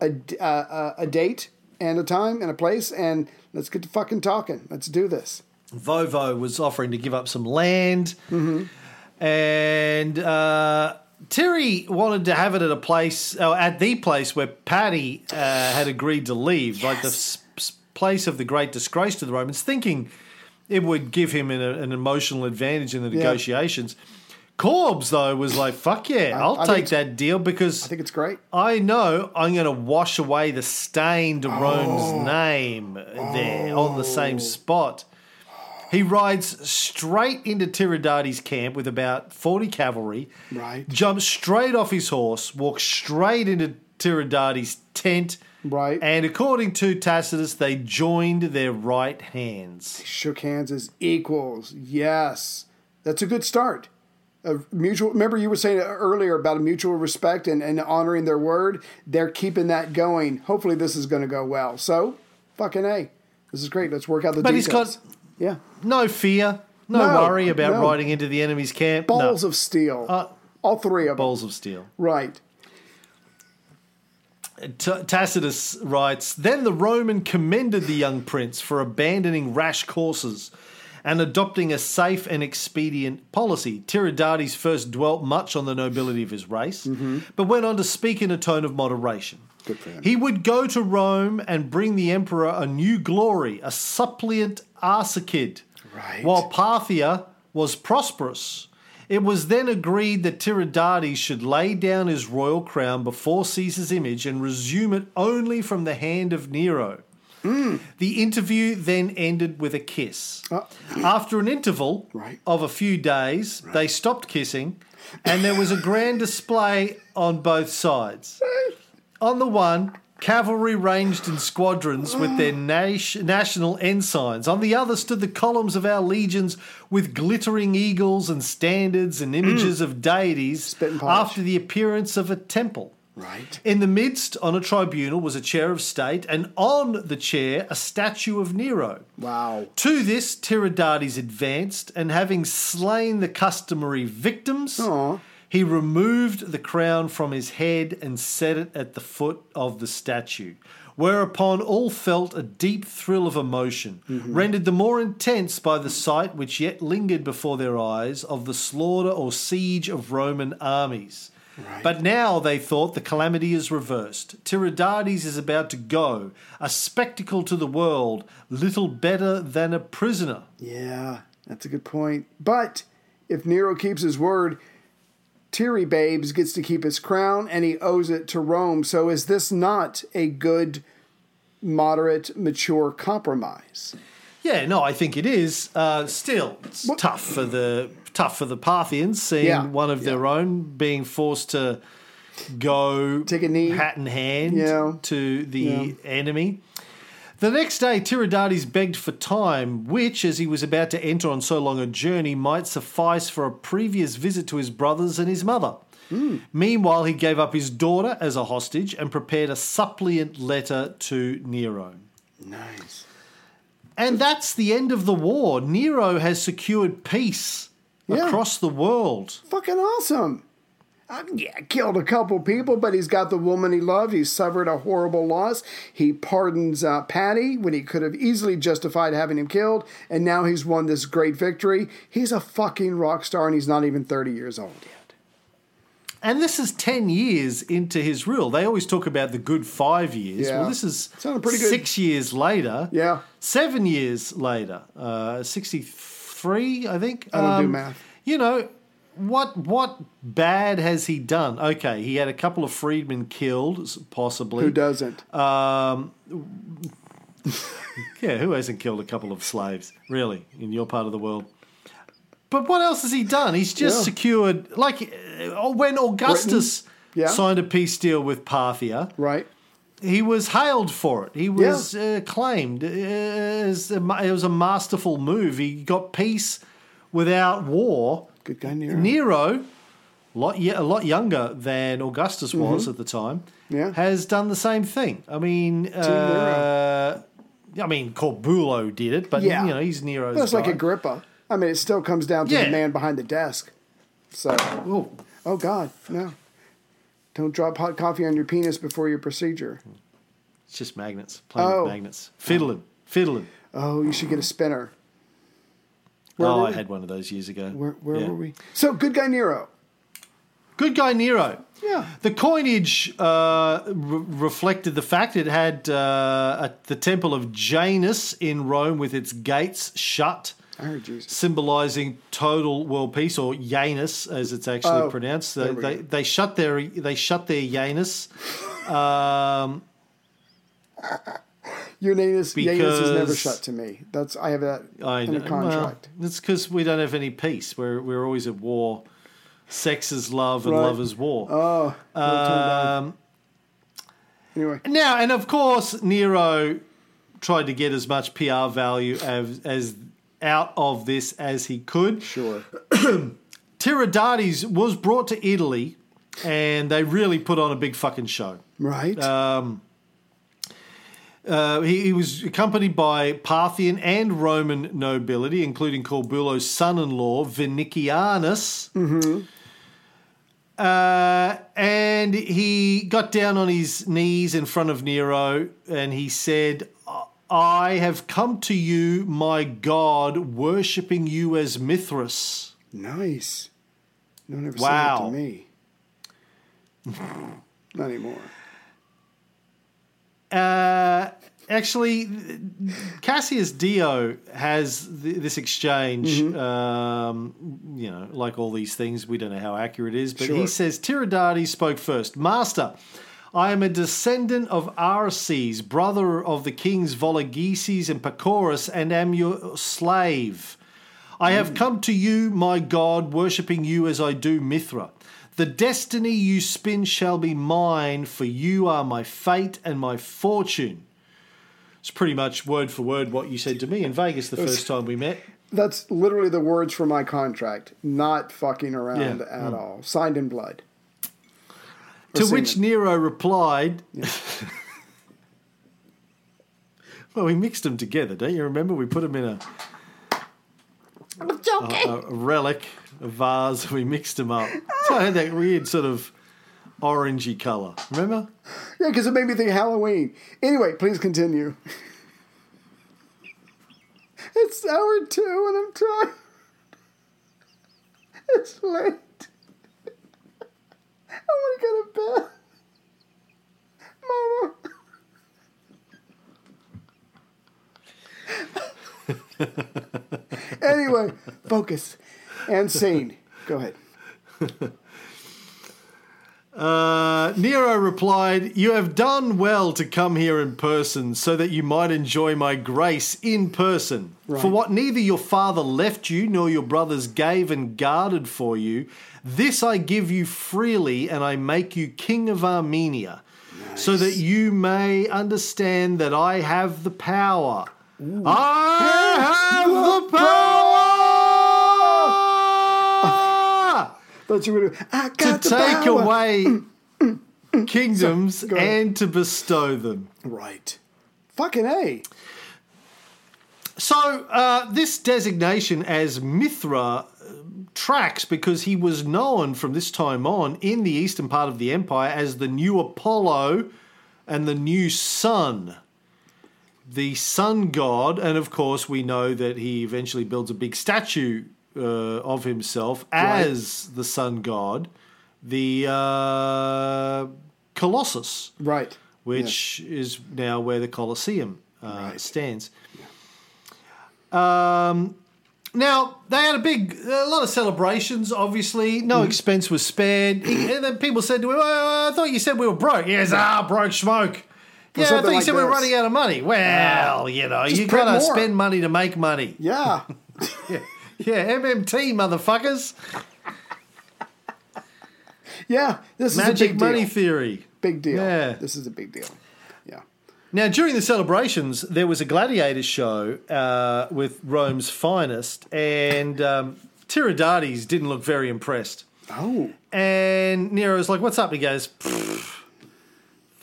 E: a d- uh, uh, a date and a time and a place, and let's get to fucking talking. Let's do this.
D: Vovo was offering to give up some land, and uh, Terry wanted to have it at a place, oh, at the place where Paddy uh, had agreed to leave, like the s- s- place of the great disgrace to the Romans, thinking it would give him an, an emotional advantage in the negotiations. Corbs though was like, "Fuck yeah, I, will
E: I think
D: take
E: it's-
D: that deal because
E: I think it's great.
D: I know I'm going to wash away the stain
E: Oh.
D: to Rome's name there on the same spot. He rides straight into Tiridates' camp with about 40 cavalry,
E: Right.
D: jumps straight off his horse, walks straight into Tiridates' tent.
E: Right.
D: And according to Tacitus, they joined their right hands.
E: shook hands as equals. Yes, that's a good start. A mutual. Remember, you were saying earlier about a mutual respect and, and honoring their word. They're keeping that going. Hopefully, this is going to go well. So, fucking a, this is great. Let's work out the.
D: But
E: details.
D: he's got
E: yeah
D: no fear, no,
E: No,
D: worry about
E: no.
D: riding into the enemy's camp. No. Uh,
E: balls of steel. All three of them.
D: balls of steel.
E: Right.
D: T- Tacitus writes Then the Roman commended the young prince for abandoning rash courses and adopting a safe and expedient policy. Tiridates first dwelt much on the nobility of his race, but went on to speak in a tone of moderation. Mm-hmm. Good for him. He would go to Rome and bring the emperor a new glory, a suppliant Arsacid.
E: Right.
D: While Parthia was prosperous. It was then agreed that Tiridates should lay down his royal crown before Caesar's image and resume it only from the hand of Nero. The interview then ended with a kiss. After an interval
E: Right.
D: of a few days, they stopped kissing and there was a grand display on both sides. On the one, cavalry ranged in squadrons with their nas- national ensigns. On the other stood the columns of our legions with glittering eagles and standards and images of deities
E: Mm. and polish.
D: after the appearance of a temple.
E: Right.
D: In the midst, on a tribunal, was a chair of state, and on the chair, a statue of Nero.
E: Wow.
D: To this, Tiridates advanced, and having slain the customary victims, he removed the crown from his head and set it at the foot of the statue. Whereupon all felt a deep thrill of emotion, rendered the more intense by the sight which yet lingered before their eyes of the slaughter or siege of Roman armies. But now they thought the calamity is reversed. Tiridates is about to go, a spectacle to the world, little better than a prisoner.
E: Yeah, that's a good point. But if Nero keeps his word, Tiri Babes gets to keep his crown and he owes it to Rome. So is this not a good, moderate, mature compromise?
D: Yeah, no, I think it is. Uh, still, it's
E: What-
D: tough for the tough for the Parthians seeing
E: Yeah,
D: one of their own being forced to go
E: Take a knee.
D: hat in hand
E: Yeah.
D: to the enemy. The next day, Tiridates begged for time, which, as he was about to enter on so long a journey, might suffice for a previous visit to his brothers and his mother.
E: Hmm.
D: Meanwhile, he gave up his daughter as a hostage and prepared a suppliant letter to Nero.
E: Nice.
D: And that's the end of the war. Nero has secured peace
E: Yeah.
D: across the world.
E: Fucking awesome. Uh, yeah, killed a couple people, but he's got the woman he loved. He suffered a horrible loss. He pardons uh, Patty when he could have easily justified having him killed, and now he's won this great victory. He's a fucking rock star, and he's not even 30 years old yet.
D: And this is 10 years into his rule. They always talk about the good five years.
E: Yeah.
D: Well, this is
E: Sounded pretty good.
D: six years later.
E: Yeah.
D: Seven years later. Uh, 63, I think. Um,
E: I don't do math.
D: You know, what what bad has he done? Okay, he had a couple of freedmen killed, possibly.
E: Who doesn't?
D: Yeah, who hasn't killed a couple of slaves, really, in your part of the world? But what else has he done? He's just
E: Yeah.
D: secured, like uh, when Augustus
E: Yeah.
D: signed a peace deal with Parthia,
E: right?
D: he was hailed for it. He was uh, claimed. As a ma- It was a masterful move. He got peace without war.
E: Good guy, Nero.
D: Nero, lot ye- a lot younger than Augustus was at the time,
E: Mm-hmm. Yeah.
D: has done the same thing. I mean, uh, I mean, Corbulo did it, but
E: Yeah.
D: you know, he's Nero's.
E: That's like
D: guy.
E: Agrippa. I mean, it still comes down to
D: Yeah.
E: the man behind the desk. So,
D: Oh,
E: oh God, no. Don't drop hot coffee on your penis before your procedure.
D: it's just magnets, playing
E: Oh.
D: with magnets, fiddling, fiddling.
E: Oh, you should get a spinner. Where
D: Oh,
E: were
D: I
E: we?
D: had one of those years ago.
E: Where, where
D: Yeah.
E: were we? So, good guy Nero.
D: Good guy Nero.
E: Yeah.
D: The coinage uh, re- reflected the fact it had uh, at the temple of Janus in Rome with its gates shut.
E: I heard Jesus.
D: symbolizing total world peace, or Janus as it's actually
E: Oh,
D: pronounced. They,
E: there we
D: they,
E: go.
D: they shut their they shut their Janus um,
E: Uranus, Uranus is never
D: Because-
E: shut to me. That's I have that
D: I
E: in
D: know.
E: a contract.
D: Well, it's because we don't have any peace. We're we're always at war. Sex is love, and
E: Right. Oh.
D: love is war.
E: We'll turn it down.
D: um,
E: anyway,
D: Now, and of course, Nero tried to get as much PR value as, as out of this as he could.
E: sure.
D: Tiridates was brought to Italy, and they really put on a big fucking show.
E: Right?
D: Uh, he, he was accompanied by Parthian and Roman nobility, including Corbulo's son-in-law Vinicianus, uh, and he got down on his knees in front of Nero, and he said, "I have come to you, my God, worshipping you as Mithras."
E: nice. No one ever said
D: Wow.
E: that to me. Not anymore.
D: Uh, actually, Cassius Dio has th- this exchange. Um, you know, like all these things, we don't know how accurate it is, but he
E: Sure.
D: says Tiridates spoke first. Master, I am a descendant of Arces, brother of the kings Vologeses and Pacorus, and am your slave. I have come to you, my God, worshipping you as I do Mithra. The destiny you spin shall be mine, for you are my fate and my fortune. It's pretty much word for word what you said to me in Vegas the first time we met.
E: That's literally the words from my contract. Not fucking around
D: Yeah. Hmm.
E: at all. Signed in blood.
D: To
E: seen
D: which
E: it.
D: Nero replied. well, we mixed them together, don't you remember? We put them in a, a, a relic, a vase, we mixed them up. So I had that weird sort of orangey colour, remember?
E: Yeah, because it made me think Halloween. Anyway, please continue. it's hour two and I'm tired. It's late. want to go to bed. Mama. anyway, focus and scene. Go ahead.
D: Uh, Nero replied, You have done well to come here in person so that you might enjoy my grace in person. For what neither your father left you nor your brothers gave and guarded for you, this I give you freely, and I make you king of Armenia, so that you may understand that I have the power. I have the power!
E: Thought you were. I
D: to
E: got the
D: take
E: power. Mm,
D: away kingdoms
E: go ahead.
D: and to bestow them.
E: Right. Fucking a.
D: So uh, this designation as Mithra uh, tracks because he was known from this time on in the eastern part of the empire as the new Apollo and the new sun. The sun god, and of course, we know that he eventually builds a big statue uh, of himself as the sun god, the uh, Colossus.
E: Right.
D: which is now where the Colosseum uh,
E: Right.
D: stands. Um, now they had a big, a lot of celebrations. Obviously,
E: Mm.
D: no expense was spared. and then people said to him, oh, "I thought you said we were broke." Yes, ah, broke smoke. Yeah, I
E: something
D: thought you
E: like
D: said we were
E: this.
D: running out of money. Well, you know, you
E: print
D: gotta
E: more.
D: spend money to make money.
E: Yeah.
D: Yeah, MMT, motherfuckers.
E: Yeah. This is a
D: Magic
E: big
D: money
E: deal.
D: theory.
E: Big deal.
D: Yeah.
E: This is a big deal. Yeah.
D: Now, during the celebrations, there was a gladiator show uh, with Rome's finest, and um, Tiridates didn't look very impressed.
E: Oh.
D: And Nero's like, "What's up?" He goes, "Pff,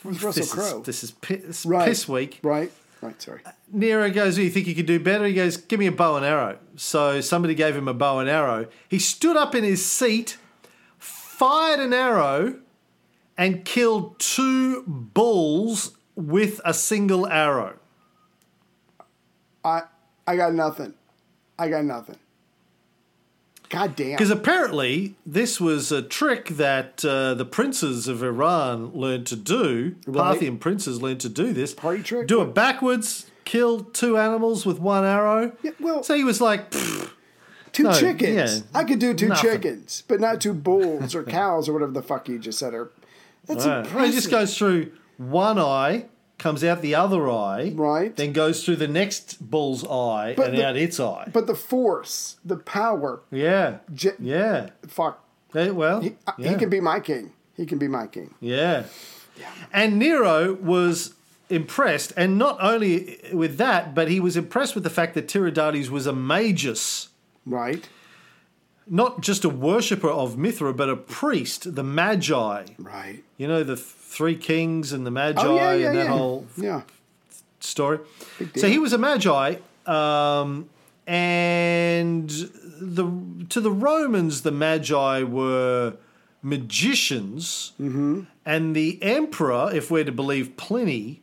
E: Where's Russell
D: "This
E: Crowe?
D: is this is, pi- this is
E: Right.
D: piss week."
E: Right. Right. Sorry.
D: Nero goes, "Do you think you could do better?" He goes, "Give me a bow and arrow." So somebody gave him a bow and arrow. He stood up in his seat, fired an arrow, and killed two bulls with a single arrow.
E: I I got nothing. I got nothing. God damn.
D: Because apparently, this was a trick that uh, the princes of Iran learned to do. Parthian princes learned to do this.
E: Party trick?
D: Do it backwards, kill two animals with one arrow.
E: Yeah, well-
D: so he was like, "Pfft,
E: Two
D: No,
E: chickens.
D: yeah,
E: I could do two
D: nothing.
E: chickens, but not two bulls or cows or whatever the fuck you just said. Or that's impressive.
D: he just goes through one eye, comes out the other eye,
E: Right.
D: Then goes through the next bull's eye
E: But
D: and
E: the-
D: out its eye.
E: But the force, the power,
D: yeah,
E: j-
D: yeah.
E: fuck.
D: Eh, Well,
E: He, I-
D: yeah.
E: he can be my king. He can be my king.
D: Yeah. And Nero was impressed, and not only with that, but he was impressed with the fact that Tiridates was a magus,
E: Right.
D: not just a worshipper of Mithra, but a priest, the Magi.
E: Right.
D: You know, the three kings and the Magi
E: Oh yeah, yeah,
D: and that
E: yeah.
D: whole
E: yeah.
D: story.
E: deal.
D: So he was a magi, um, and the to the Romans, the magi were magicians, and the emperor, if we're to believe Pliny,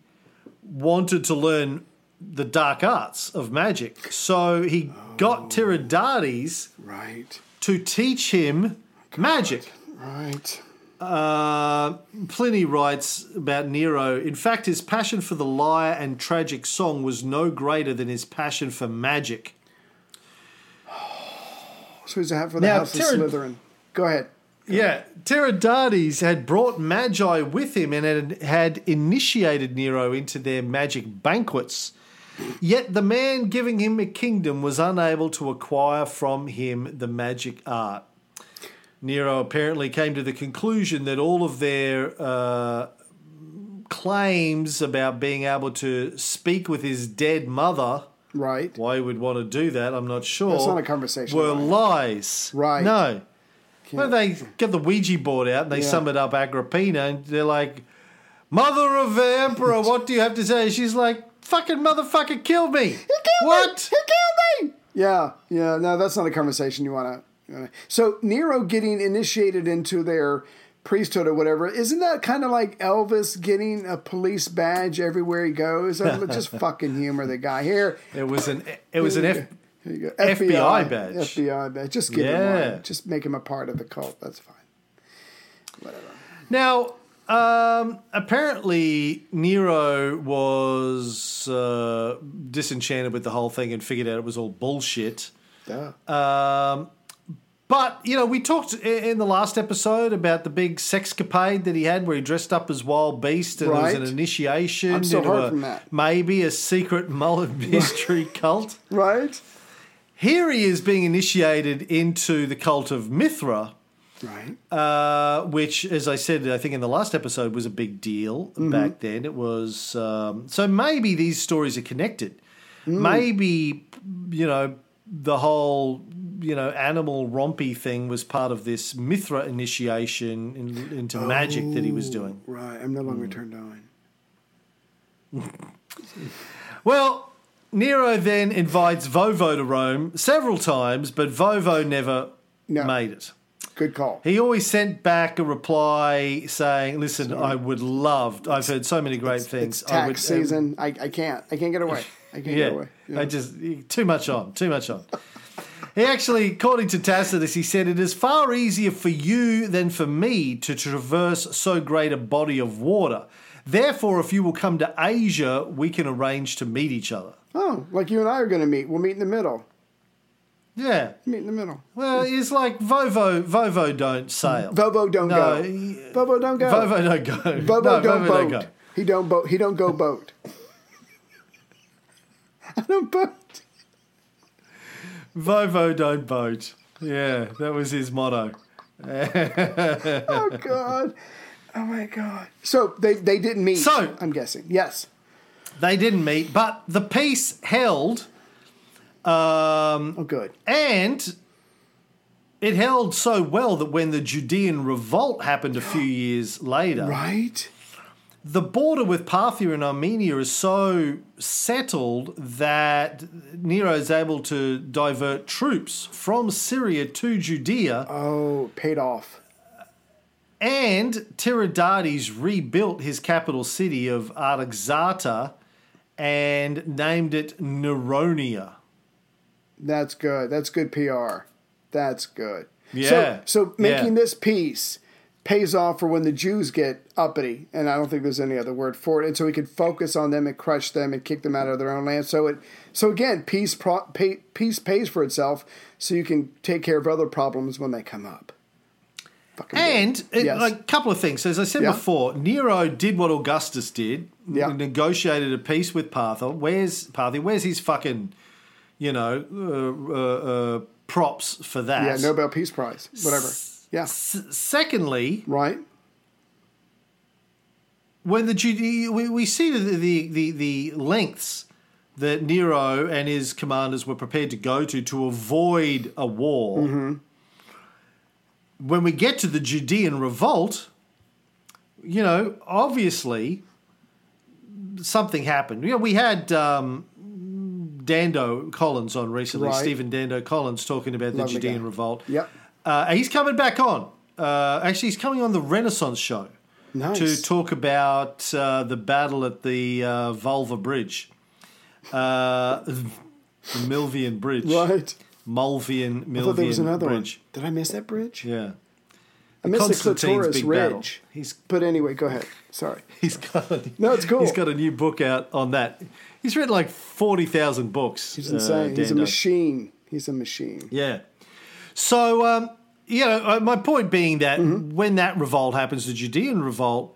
D: wanted to learn the dark arts of magic. So he got Tiridates
E: Right.
D: to teach him magic.
E: Right.
D: Uh, Pliny writes about Nero. In fact, his passion for the lyre and tragic song was no greater than his passion for magic.
E: So he's a hat for the
D: Now,
E: house
D: Tyrion-
E: of Slytherin. Go ahead.
D: Yeah, Tiridates had brought magi with him and had, had initiated Nero into their magic banquets. Yet the man giving him a kingdom was unable to acquire from him the magic art. Nero apparently came to the conclusion that all of their uh, claims about being able to speak with his dead mother.
E: Right.
D: Why he would want to do that, I'm not sure.
E: That's not a conversation,
D: Were
E: right.
D: lies.
E: Right.
D: No. Well, they get the Ouija board out and they
E: Yeah.
D: sum it up Agrippina and they're like, Mother of the Emperor, what do you have to say? She's like, Fucking motherfucker, kill me. what?
E: He killed me. Yeah, yeah. No, that's not a conversation you want to. So Nero getting initiated into their priesthood or whatever, isn't that kind of like Elvis getting a police badge everywhere he goes? I'm just fucking humor the guy here.
D: It was an it was an F
E: Here you go.
D: FBI badge.
E: FBI badge. Just give
D: Yeah.
E: him one. Just make him a part of the cult. That's fine.
D: Now, um, apparently, Nero was uh, disenchanted with the whole thing and figured out it was all bullshit.
E: Yeah.
D: Um, but you know, we talked i- in the last episode about the big sexcapade that he had, where he dressed up as Wild Beast, and there was an
E: Right.
D: initiation
E: I'm still
D: into
E: hurt
D: a-
E: from that.
D: maybe a secret mullet mystery cult.
E: right?
D: Here he is being initiated into the cult of Mithra,
E: Right.
D: uh, which, as I said, I think in the last episode was a big deal back then. It was um, so maybe these stories are connected. Maybe you know the whole you know animal rompy thing was part of this Mithra initiation in, into magic that he was doing.
E: right. I'm no longer turned on.
D: Well, Nero then invites Vovo to Rome several times, but Vovo never
E: No.
D: made it.
E: Good call.
D: He always sent back a reply saying, "Listen, I would love. I've heard so many great things.
E: It's
D: I
E: tax
D: would, um,
E: season. I, I can't. I can't get away. I can't
D: yeah,
E: get away. Yeah.
D: I just too much on, too much on." he actually, according to Tacitus, he said, "It is far easier for you than for me to traverse so great a body of water. Therefore, if you will come to Asia, we can arrange to meet each other."
E: oh, like you and I are going to meet. We'll meet in the middle.
D: Yeah.
E: Meet in the middle.
D: Well, it's like Vovo. Vovo don't sail.
E: Bobo don't
D: No,
E: go.
D: he- uh,
E: Bobo don't go.
D: Vovo don't go.
E: Bobo
D: No,
E: don't
D: Vovo
E: boat.
D: don't go.
E: He don't boat. He don't go boat. I don't boat.
D: Vovo don't boat. Yeah, that was his motto.
E: Oh God. Oh my God. So they they didn't meet.
D: So-
E: I'm guessing. Yes.
D: They didn't meet, but the peace held, um,
E: Oh good.
D: and it held so well that when the Judean revolt happened a few years later,
E: Right.
D: the border with Parthia and Armenia is so settled that Nero is able to divert troops from Syria to Judea.
E: Oh, paid off.
D: And Tiridates rebuilt his capital city of Artaxata and named it Neronia.
E: That's good. That's good PR. That's good.
D: Yeah.
E: So, so making
D: Yeah.
E: this piece pays off for when the Jews get uppity, and I don't think there's any other word for it. And so we could focus on them and crush them and kick them out of their own land. So it. So again, peace pro, pay, peace pays for itself. So you can take care of other problems when they come up. Fucking good.
D: And it,
E: Yes.
D: like, a couple of things. So As I said
E: Yeah.
D: before, Nero did what Augustus did.
E: Yeah.
D: Negotiated a peace with Partha. Where's Partha? Where's his fucking, you know, uh, uh, uh, props for that?
E: yeah, Nobel Peace Prize, whatever. Yeah. Mm.
D: S- secondly,
E: Right.
D: when the Jude- we, we see the, the the the lengths that Nero and his commanders were prepared to go to to avoid a war.
E: Mm-hmm.
D: When we get to the Judean revolt, you know, obviously something happened. You know, we had um, Dando Collins on recently,
E: Right.
D: Stephen Dando Collins, talking about
E: Lovely
D: the Judean
E: guy.
D: revolt.
E: Yep.
D: Uh, and he's coming back on. Uh, actually, he's coming on the Renaissance show
E: Nice.
D: to talk about uh, the battle at the uh, Volva Bridge, uh, the Milvian Bridge,
E: right.
D: Mulvian
E: I thought there was
D: Milvian
E: another
D: Bridge.
E: one. Did I miss that bridge?
D: Yeah,
E: I missed the
D: Constantine's
E: clitoris
D: big
E: ridge.
D: battle. He's
E: But anyway, go ahead. Sorry.
D: he's got a,
E: No, it's cool.
D: He's got a new book out on that. He's written like forty thousand books. uh,
E: He's insane. He's a
D: Dando.
E: machine. He's a machine.
D: Yeah. So, um, you know, uh, my point being that
E: Mm-hmm.
D: when that revolt happens, the Judean revolt,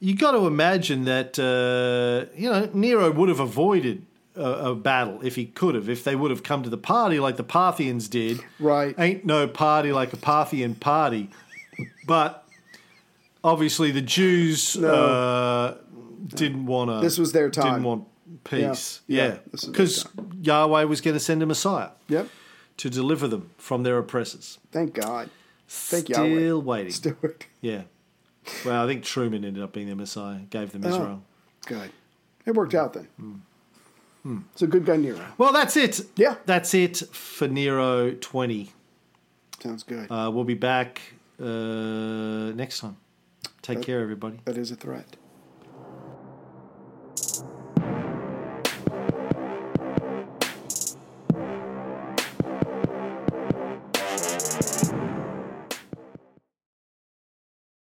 D: you got to imagine that, uh, you know, Nero would have avoided a, a battle if he could have, if they would have come to the party like the Parthians did.
E: Right.
D: Ain't no party like a Parthian party. But obviously the Jews uh, didn't want to.
E: This was their time.
D: Didn't want peace.
E: Yeah. Yeah.
D: Yeah.
E: This was their
D: Because Yahweh was going to send a Messiah
E: Yep.
D: to deliver them from their oppressors.
E: Thank God. Thank
D: Still
E: Yahweh.
D: waiting.
E: Stewart.
D: yeah. Well, I think Truman ended up being their messiah, gave
E: Oh.
D: them Israel.
E: Good. It worked out then. It's a good guy Nero.
D: Well, that's it.
E: Yeah.
D: That's it for Nero 20.
E: Sounds good.
D: Uh, we'll be back uh, next time. uh, Take care, everybody.
E: that is a threat.